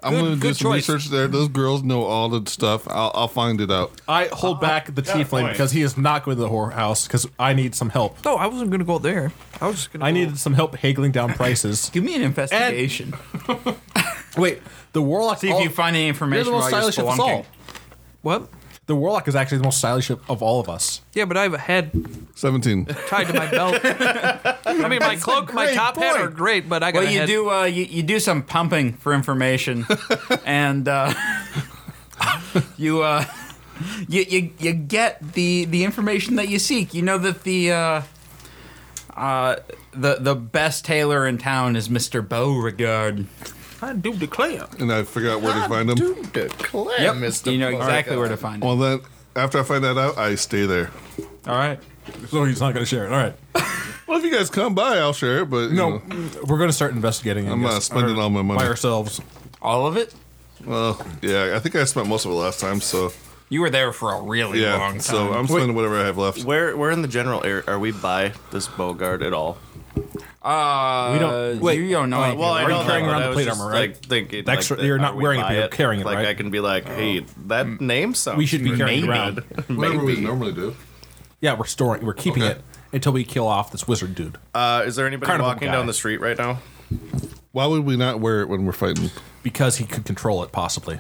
going to do
Hmm. good
some
choice.
research there. Those girls know all the stuff. I'll, I'll find it out.
I hold
Uh-huh.
back the tiefling because he is not going to the whorehouse because I need some help.
No, I wasn't gonna go there. I was just gonna.
I
go-
needed some help haggling down prices.
Give me an investigation.
Wait, the warlock.
See if you find any
you're the
information
most
while you're
stylish of us
spelunking.
all.
what?
The warlock is actually the most stylish of of all of us.
Yeah, but I have a head
17.
tied to my belt. I mean, my cloak, my top hat are great, but I got
Well,
a
you
head.
do uh, you, you do some pumping for information, and uh, you uh, you you you get the the information that you seek. You know that the uh, uh, the the best tailor in town is Mister Beauregard.
I do declare.
And I figure out where to find them.
declare,
you know exactly where to find him.
Well, then, after I find that out, I stay there.
All right. So he's not going to share it. All right.
Well, if you guys come by, I'll share it, but you
No,
know,
Mm. we're going to start investigating. I
I'm not
guess,
spending
or-
all my money.
by ourselves.
All of it.
well, yeah, I think I spent most of it last time, so
You were there for a really long
yeah.
time.
So I'm spending whatever I have left.
Where, where in the general area are we by this Bogart at all?
uh,
We don't-
Wait, you don't know. anything.
Well, I
Are you
know
carrying
that,
around
but
the
I was
plate
just,
armor, right?
Like, thinking,
That's-
like, that-
you're not
are we
wearing it, but
by
you're carrying it,
Like
right? Mm.
I can be like, hey, that name sounds.
We should be carrying it
maybe-
around.
Whatever we
Maybe.
normally do.
Yeah, we're storing. We're keeping
Okay.
it until we kill off this wizard dude.
Uh, is there anybody
Carnival
walking
guy.
down the street right now?
Why would we not wear it when we're fighting?
because he could control it possibly.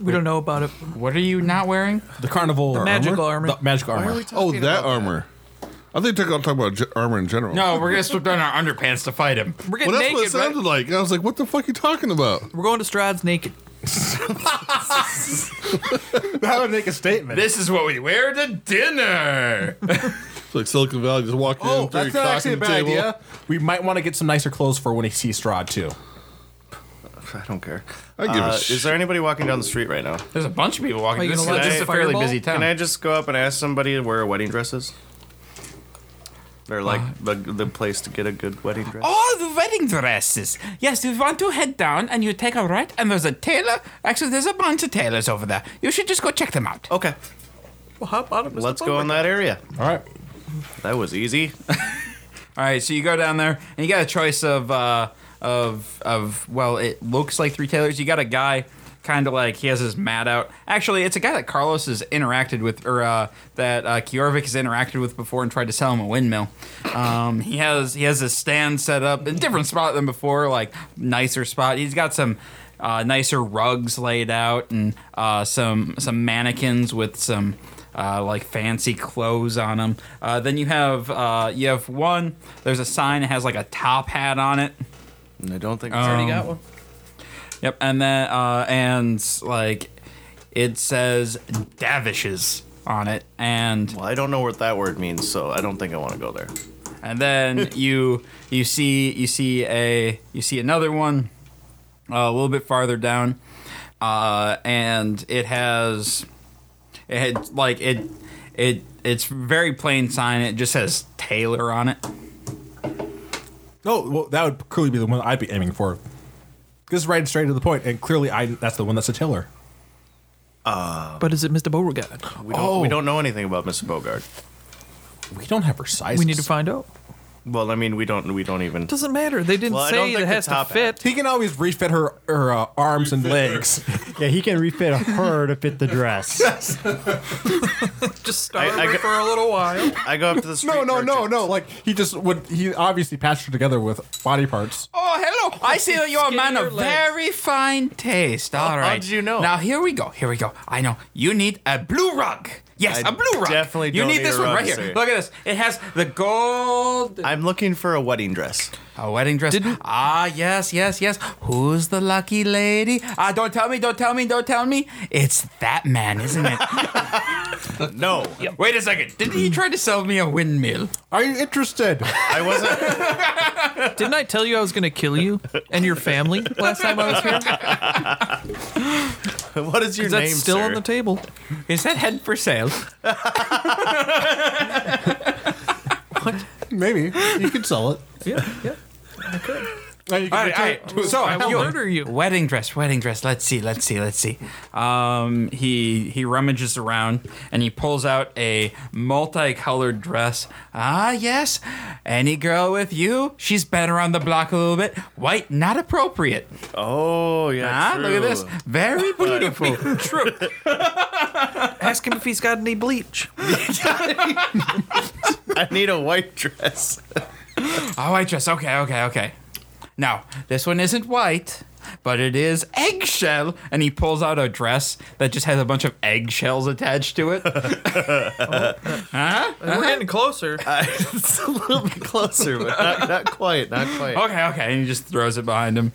We don't know about it.
what are you not wearing?
The carnival the
magical armor.
The magic armor.
Oh, that armor. I think they're going to talk about ge- armor in general.
No, we're gonna slip down our underpants to fight him.
We're
Well, that's what it
getting naked. right?
sounded like. I was like, what the fuck are you talking about?
We're going to Strides naked.
That would make a statement.
This is what we wear to dinner.
It's like Silicon Valley, just walk
Oh,
in, throw your
that's not
cock
actually
in
a
the
bad
table.
idea. We might want to get some nicer clothes for when he sees Strahd too.
I don't care.
I give a
Uh,
shit.
Is there anybody walking down the street right now?
There's a bunch of people walking.
Are you
This, is
gonna let
this
this
is a fairly
fireball?
busy town.
Can I just go up and ask somebody where wedding dresses? Or like
Uh.
the, the place to get a good wedding dress?
Oh!
all the wedding dresses. Yes, you want to head down and you take a right, and there's a tailor. Actually, there's a bunch of tailors over there. You should just go check them out.
Okay,
Well, how about it? Mr.
let's go
Bogart?
in that area.
All right.
That was easy.
All right, so you go down there and you got a choice of uh, of of well, it looks like three tailors. You got a guy kind of like he has his mat out. Actually, it's a guy that Carlos has interacted with or uh, that uh, Kiorvik has interacted with before and tried to sell him a windmill. Um, he has he has his stand set up in a different spot than before, like nicer spot. He's got some uh, nicer rugs laid out and uh, some some mannequins with some uh, like fancy clothes on them. Uh, then you have uh, you have one. There's a sign that has like a top hat on it.
I don't think
Uh.
it's already got one.
Yep, and then uh, and like it says Davishes on it, and
Well, I don't know what that word means, so I don't think I want to go there.
and then you you see you see a you see another one uh, a little bit farther down uh, and it has it had like it it it's very plain sign it just says Taylor on it
No, well, that would clearly be the one I'd be aiming for. This is right straight to the point, and clearly, I that's the one that's a tailor.
But is it Mr. Beauregard?
We don't,
Oh.
we don't know anything about Mrs. Bogart.
We don't have her size.
We need to find out.
Well, I mean, we don't. We don't even.
Doesn't matter. They didn't
Well, I don't
say
think
it
the
has to
top
fit.
He can always refit her her uh, arms and legs.
Yeah, he can refit a her to fit the dress.
Just started
I- I got-
for a little while.
I go up to the street.
no, no, no,
merchant.
no. Like he just would. He obviously patched her together with body parts.
Oh, hello! I see that you're a man
Skinnier
of
legs.
very fine taste. All
how
right.
did you know?
Now here we go. Here we go. I know you need a blue rug. Yes,
I
a blue rug.
definitely
You
don't
need
need
this
a
one
rug,
right here.
sir.
Look at this. It has the gold.
I'm looking for a wedding dress.
A wedding dress. ah, yes, yes, yes. Who's the lucky lady? Ah, don't tell me, don't tell me, don't tell me. It's that man, isn't it?
No,
Wait a second. Didn't he try to sell me a windmill?
Are you interested?
I wasn't.
Didn't I tell you I was going to kill you and your family last time I was here?
What is your
Is
name,
that still
sir?
on the table?
Is that head for sale?
Maybe you could sell it.
Yeah, yeah.
No, you can
All right,
return
all
it
right.
to its
So
fine
will
you-
form.
murder you.
Wedding dress, wedding dress. Let's see, let's see, let's see. Um, he he rummages around and he pulls out a multicolored dress. Ah, yes. Any girl with you, she's better on the block a little bit. White, not appropriate.
Oh yeah.
Ah, look at this. Very beautiful. True.
Ask him if he's got any bleach.
I need a white dress.
A white Oh, dress. Okay, okay, okay. Now, this one isn't white, but it is eggshell. And he pulls out a dress that just has a bunch of eggshells attached to it.
We're getting closer.
it's a little bit closer, but not, not quite. Not quite.
Oh,
okay, okay. And he just throws it behind him.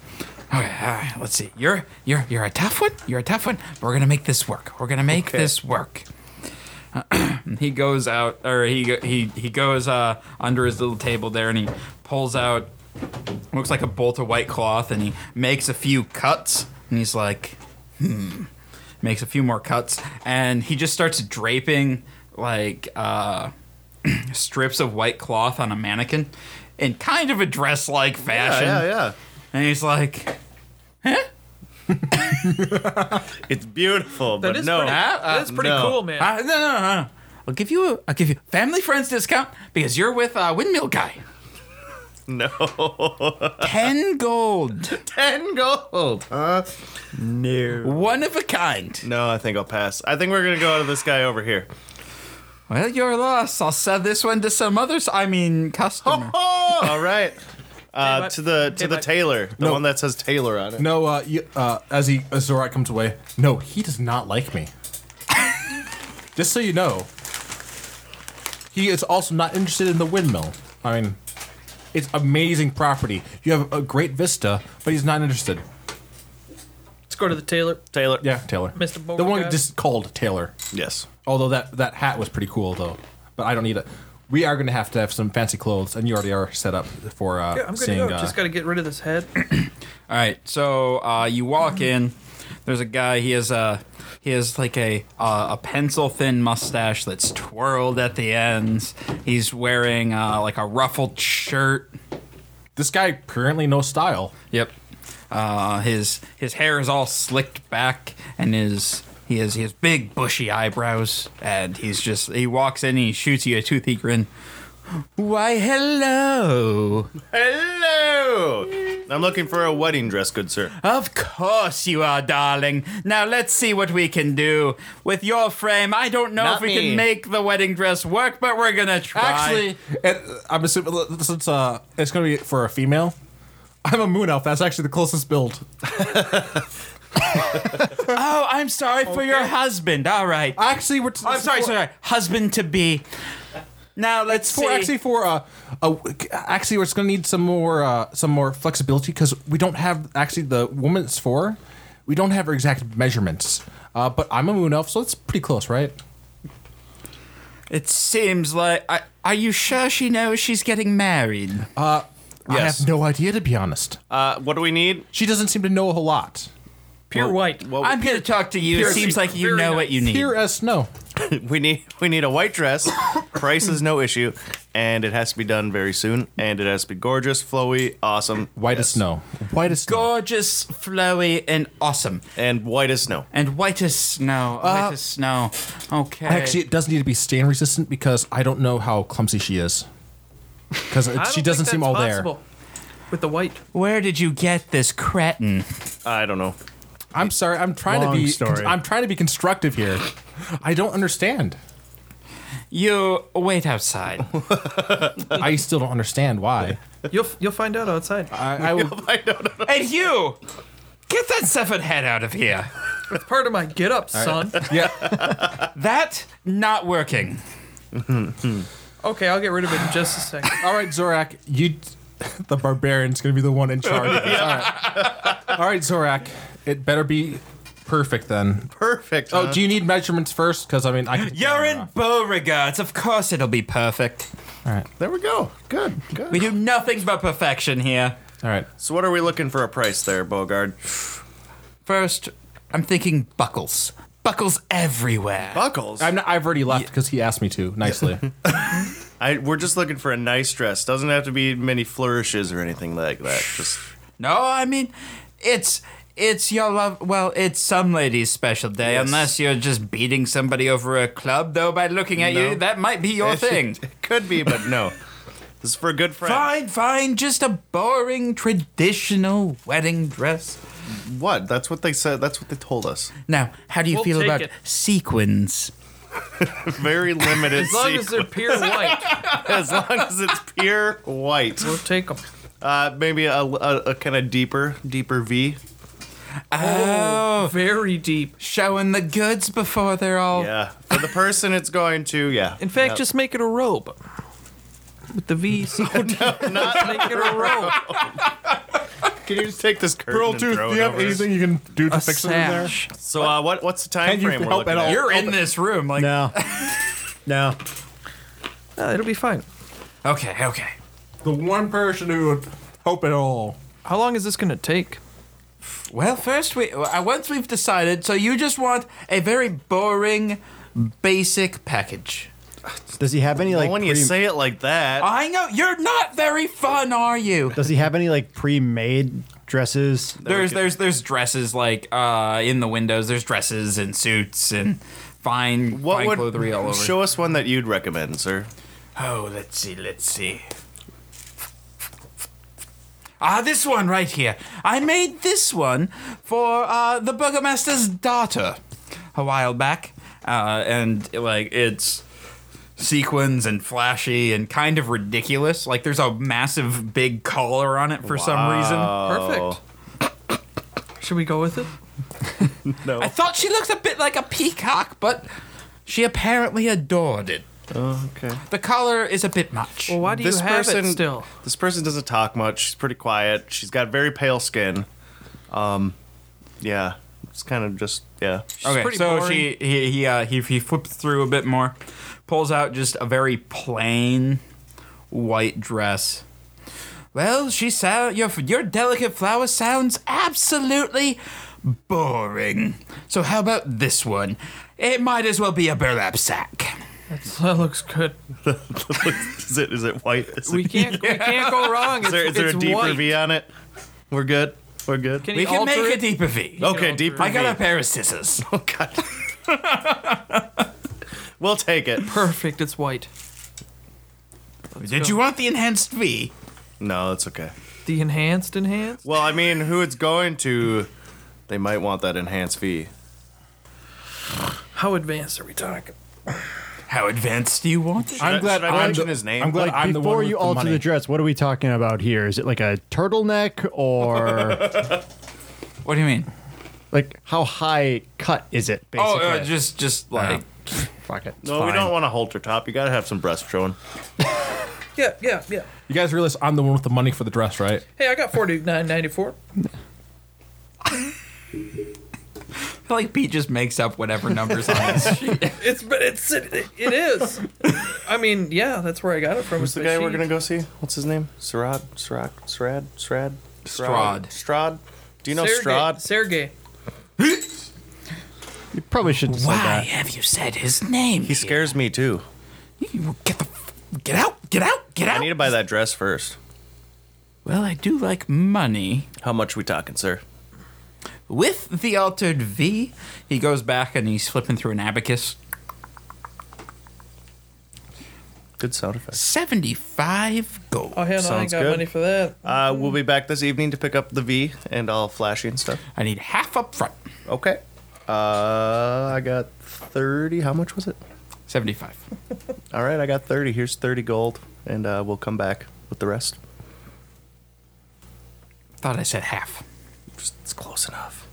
Okay, all right. Let's see. You're you're you're a tough one. You're a tough one. We're gonna make this work. We're gonna make this work. he goes out, or he go- he he goes uh, under his little table there, and he pulls out looks like a bolt of white cloth, and he makes a few cuts, and he's like, hmm. Makes a few more cuts, and he just starts draping like uh, strips of white cloth on a mannequin in kind of a dress-like
Yeah,
fashion.
yeah, yeah.
And he's like,
It's beautiful,
That
but
is
no.
pretty, that is pretty
no.
cool, Oh, man.
ah, no, no, no, no. I'll give you a, I'll give you family friends discount because you're with uh, Windmill Guy.
No.
Ten gold,
Ten gold. Huh?
no.
one of a kind.
No, I think I'll pass. I think we're gonna go out of this guy over here.
Well, you're lost. I'll sell this one to some others. I mean, customer.
Oh, all right. Uh,
bud.
to the to
Hey,
the
bud.
tailor, the one that says Taylor on it.
No, uh, you, uh, as he as Zorak comes away, no, he does not like me. Just so you know, he is also not interested in the windmill. I mean, it's amazing property. You have a great vista, but he's not interested.
Let's go to the tailor.
Taylor.
Yeah, Taylor,
Mr.
the one
Beauregard.
just called Taylor.
Yes.
Although that that hat was pretty cool though, but I don't need it. We are going to have to have some fancy clothes, and you already are set up for uh,
Yeah, I'm good
seeing.
to go.
uh,
Just got to get rid of this head.
All right, so uh, you walk in. There's a guy. He has a he has like a uh, a pencil thin mustache that's twirled at the ends. He's wearing uh, like a ruffled shirt.
this guy currently no style.
Yep. Uh, his his hair is all slicked back, and his he has he has big bushy eyebrows, and he's just he walks in and he shoots you a toothy grin. Why, hello.
Hello. I'm looking for a wedding dress, good sir.
Of course you are, darling. Now let's see what we can do. With your frame, I don't know
Not
if we
me.
can make the wedding dress work, but we're gonna try.
Actually, and uh, I'm assuming since uh, it's going to be for a female, I'm a moon elf. That's actually the closest build.
oh, I'm sorry for your husband. All right.
Actually, we're. T-
I'm sorry, sorry, husband to be. Now let's
For
see.
actually for uh, a, actually, we're just going to need some more uh, some more flexibility because we don't have actually the woman it's for. We don't have her exact measurements. Uh, but I'm a moon elf, so it's pretty close, right?
it seems like. I, are you sure she knows she's getting married?
I
Yes.
have no idea to be honest.
Uh, what do we need?
She doesn't seem to know a whole lot.
Pure white.
I'm here to talk to you. it seems like you know what you need.
Hear us know.
We need we need a white dress. Price is no issue, and it has to be done very soon. And it has to be gorgeous, flowy, awesome,
White as snow. White as snow.
Gorgeous, flowy, and awesome.
and white as snow.
And white as snow. white as snow. Okay.
Actually, it does need to be stain resistant because I don't know how clumsy she is. Because
I don't
she doesn't
think
seem
that's
all
possible With the white.
Where did you get this cretin?
I don't know.
there. I'm sorry. I'm trying
Long
to be.
story.
I'm trying to be constructive here. I don't understand.
You wait outside.
I still don't understand why.
You'll you'll find out outside.
I, I will.
and you! Get that severed head out of here.
It's part of my get up, son.
That not working.
Okay, I'll get rid of it in just a second.
All right, Zorak, you. The barbarian's gonna be the one in charge. of this. All right, all right, Zorak. It better be perfect then.
Perfect.
Oh, do you need measurements first? Because I mean, I. Could,
You're in Beauregard's. Of course it'll be perfect.
there we go. Good. Good.
We do nothing but perfection here.
All right.
So what are we looking for a price there, Bogard?
First, I'm thinking buckles. Buckles everywhere.
Buckles.
I'm not, I've already left because he asked me to nicely.
I, we're just looking for a nice dress. Doesn't have to be many flourishes or anything like that. Just
No, I mean, it's it's your love. Well, it's some lady's special day, unless you're just beating somebody over a club. Though by looking at
No.
you, that might be your thing.
It could be, but no. This is for a good friend.
Fine, fine, just a boring traditional wedding dress.
What? That's what they said. That's what they told us.
Now, how do you
We'll
feel
take
about
it.
sequins?
Very limited.
As long as they're pure white,
as long as it's pure white.
we'll take them.
Uh, maybe a, a, a kind of deeper, deeper V.
Oh, very deep.
Showing the goods before they're
Oh.
all.
Yeah. For the person it's going to, yeah.
In fact,
Yep.
just make it a robe. With the V. not make it a robe.
can you just take this curtain
Pearl
and
Tooth,
throw
do
it
you have
over?
anything you can
Uh,
do to
A
fix it in there?
sash.
So uh, what? What's the time
Can you
frame we're
help
looking
at
at?
all?
You're in this room, like.
No. No.
No, it'll be fine.
Okay, okay.
The one person who would hope at all.
How long is this gonna take?
Well, first we uh, once we've decided, so you just want a very boring, basic package.
Does he have any like
when you
pre-
say it like that,
I know you're not very fun, are you?
Does he have any like pre-made dresses?
There's there's there's dresses like uh in the windows. There's dresses and suits and fine
what
fine
would
clothery all over.
show us one that you'd recommend, sir?
oh, let's see, let's see. Ah, this one right here. I made this one for uh, the burgomaster's daughter a while back, uh, and like it's sequins and flashy and kind of ridiculous. Like there's a massive big collar on it for some reason.
Perfect. Should we go with it?
I thought she looked a bit like a peacock, but she apparently adored it.
Okay.
The collar is a bit much.
Well, why do
This
you have
person
it still?
This person doesn't talk much. She's pretty quiet. She's got very pale skin. Um, yeah. It's kind of just yeah.
okay,
pretty
so
boring.
she he he, uh, he he flips through a bit more, pulls out just a very plain white dress. Well, she sound your your delicate flower sounds absolutely boring. So how about this one? It might as well be a burlap sack.
That looks good.
is it is it white? Is,
We
it,
can't. We can't go wrong. It's,
is there is there
it's
a deeper
white.
V on it? We're good. We're good.
Can
We
you
can
alter
make a
it?
deeper V.
okay,
alter
deeper
I got a
V.
pair of scissors.
Oh god. we'll take it.
Perfect. It's white. Let's
Did
go.
you want the enhanced fee?
No, that's okay.
the enhanced enhanced?
Well, I mean, who it's going to, they might want that enhanced fee.
How advanced are we talking?
How advanced do you want it?
I'm
I-
glad
should I
I'm
mention
the-
his name?
I'm glad
Like
I'm the one
before
with
you
the
alter
money.
the dress, what are we talking about here? Is it like a turtleneck or
What do you mean?
like how high cut is it? Basically,
Oh, uh, just just like
fuck it.
No, we don't want a halter top. You gotta have some breast showing.
Yeah, yeah, yeah.
You guys realize I'm the one with the money for the dress, right?
Hey, I got forty nine ninety four.
I feel like Pete just makes up whatever numbers on his sheet.
It's but it's it, it is. I mean, yeah, that's where I got it from.
Who's the guy we're gonna go see? What's his name? Sarad? Sarad? Sarad? Sarad?
Strahd.
Strad? Do you know
Sergey,
Strad?
Sergey.
You probably should have said that.
have you said his name?
He scares me too.
You get the f- get out, get out, get
I need to buy that dress first.
well, I do like money.
How much we talking, sir?
With the altered V, he goes back and he's flipping through an abacus.
Good sound effect.
Seventy-five gold.
Oh hell no, I
Sounds
ain't got
good.
money for that.
Uh, we'll be back this evening to pick up the V and all flashy and stuff.
I need half up front.
Okay. Uh, I got 30. How much was it?
Seventy-five.
All right, I got 30. Here's 30 gold, and uh, we'll come back with the rest.
Thought I said half.
It's close enough.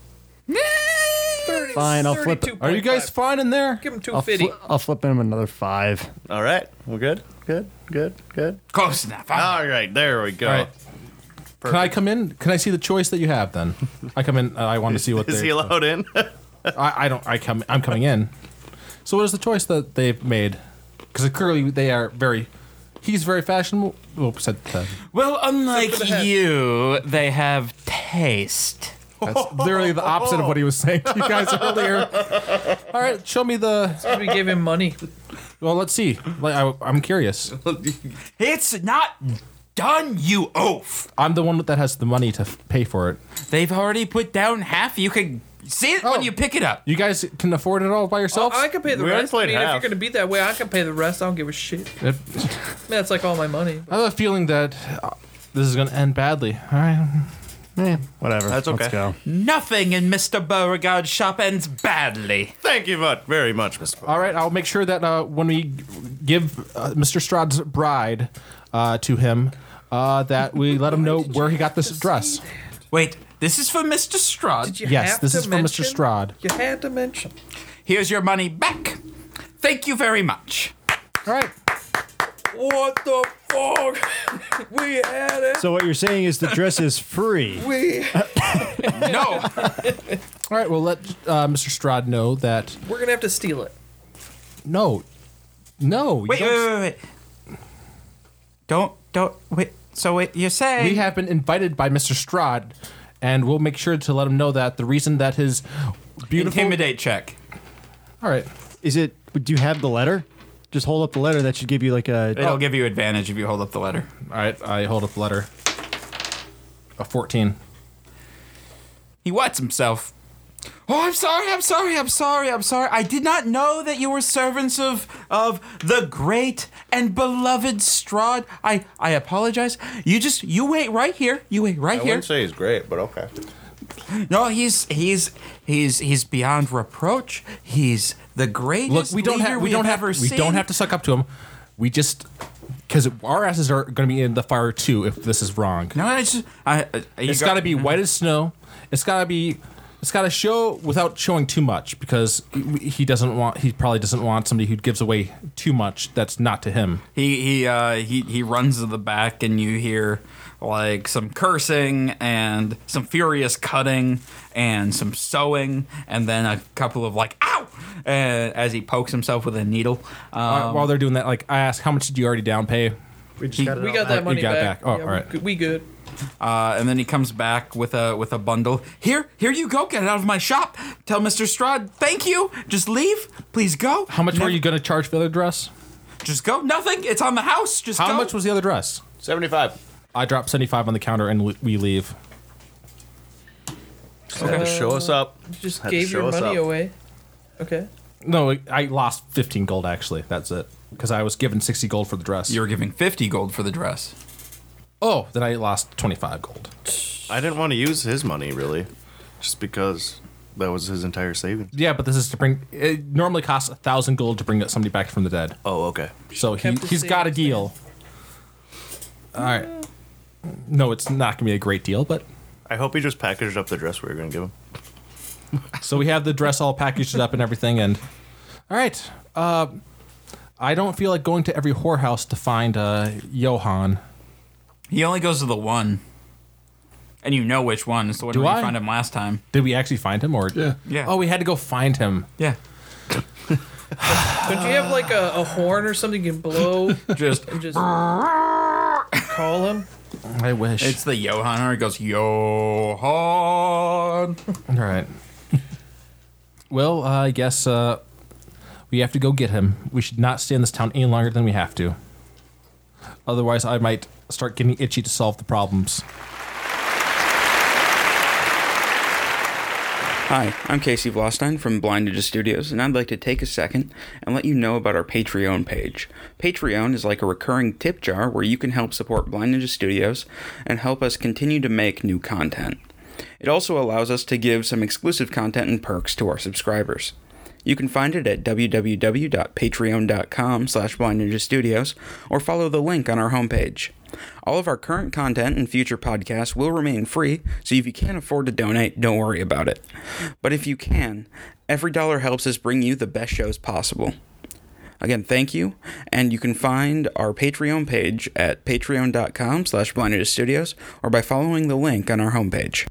Fine, I'll flip it.
Are you guys fine in there?
Give him two
I'll, fli-
fifty.
I'll flip him another five.
All right, we're good? Good, good, good.
Close enough. All right.
All right, there we go.
All right. Can I come in? Can I see the choice that you have? Then I come in. Uh, I want to see what
Is
they.
he allowed in?
I, I don't. I come. I'm coming in. So what is the choice that they've made? Because clearly they are very. He's very fashionable. Well, said that.
Well, unlike you, they have taste.
That's literally the opposite of what he was saying to you guys earlier. All right, show me the.
we gave him money.
Well, let's see. Like, I, I'm curious.
It's not done, you oaf.
I'm the one that has the money to f- pay for it.
They've already put down half. You can see it
Oh.
when you pick it up.
You guys can afford it all by yourselves.
I can pay the
We already
rest. I
played
mean, if you're
half.
gonna be that way, I can pay the rest. I don't give a shit.
It-
Man, that's like all my money.
I have a feeling that uh, this is going to end badly. All right.
Eh, whatever.
That's
Let's
okay.
go.
Nothing in Mr. Beauregard's shop ends badly.
Thank you much, very much, Mr. Bo-
All right, I'll make sure that uh, when we give uh, Mr. Stroud's bride uh, to him, uh, that we let him know where he got this dress.
Wait, this is for Mr. Strud.
You
Yes,
have
this
to
is for Mr.
mention-
Strahd.
You had to mention.
Here's your money back. Thank you very much.
All right.
What the fuck? we had it.
So what you're saying is the dress is free.
We
No,
All right, we'll let uh, Mr. Strahd know that
we're gonna have to steal it.
no, no, you
wait, wait,
don't-
wait, wait, wait. Don't, don't, wait. So wait, you're saying
we have been invited by Mr. Strahd, and we'll make sure to let him know that the reason that his beautiful
intimidate check.
all right,
Is it? Do you have the letter? Just hold up the letter. That should give you like a.
Oh.
It'll give you advantage if you hold up the letter.
all right, I hold up the letter. A fourteen.
He wets himself. Oh, I'm sorry, I'm sorry, I'm sorry, I'm sorry. I did not know that you were servants of of the great and beloved Strahd. I I apologize. You just you wait right here. You wait right
I
here.
wouldn't say he's great, but okay.
No, he's he's he's he's beyond reproach. He's the greatest
Look, we don't
leader
have
we,
we don't
have
have
ever
we
seen.
don't have to suck up to him. We just because our asses are going to be in the fire too if this is wrong.
No, I just I. I you
it's
got- Mm-hmm.
got to be white as snow. It's got to be. It's got to show without showing too much because he- he doesn't want. He probably doesn't want somebody who gives away too much that's not to him.
He he uh, he he runs to the back, and you hear like some cursing and some furious cutting and some sewing, and then a couple of like ow, uh, as he pokes himself with a needle.
While-
Um,
Uh, While they're doing that, like I ask, how much did you already down pay?
we just
he-
got it
We
all
got
out.
that money
got it
back.
back. Oh,
yeah,
all
we
right.
good- We good.
uh, and then he comes back with a with a bundle. Here here you go. Get it out of my shop. Tell Mister Strahd thank you. Just leave. Please go.
How much were
Never-
you going to charge for the other dress?
Just go. Nothing. It's on the house. Just
How
go.
much was the other dress?
75.
I drop seventy five on the counter and we- we leave.
Just had to show us up.
You just
Had to
gave
show
your
us
money
up.
away. Okay.
No, I lost 15 gold actually. That's it. Because I was given 60 gold for the dress.
You were giving 50 gold for the dress.
oh, then I lost 25 gold.
I didn't want to use his money really, just because that was his entire savings.
Yeah, but this is to bring. It normally costs a thousand gold to bring somebody back from the dead.
Oh, okay.
So he,
Kept the
he's got a
savings
deal. All right. No, it's not going to be a great deal, but.
I hope he just packaged up the dress we were gonna give him.
So we have the dress all packaged up and everything, and. All right. Uh, I don't feel like going to every whorehouse to find uh, Johan.
He only goes to the one. And you know which one. It's the one
Do
where
I?
you found him last time.
Did we actually find him, or
Yeah.
Yeah.
Oh, we had to go find him.
Yeah.
Don't you have like a, a horn or something you can blow
Just
and just call him?
I wish.
it's the Johan or it goes Johan.
all right. well, uh, I guess uh, we have to go get him. We should not stay in this town any longer than we have to. Otherwise, I might start getting itchy to solve the problems.
Hi, I'm Casey Blostein from Blind Ninja Studios, and I'd like to take a second and let you know about our Patreon page. Patreon is like a recurring tip jar where you can help support Blind Ninja Studios and help us continue to make new content. It also allows us to give some exclusive content and perks to our subscribers. You can find it at www.patreon.com slash Blind Ninja Studios or follow the link on our homepage. All of our current content and future podcasts will remain free, so if you can't afford to donate, don't worry about it. But if you can, every dollar helps us bring you the best shows possible. Again, thank you, and you can find our Patreon page at patreon.com slash Blind Ninja Studios or by following the link on our homepage.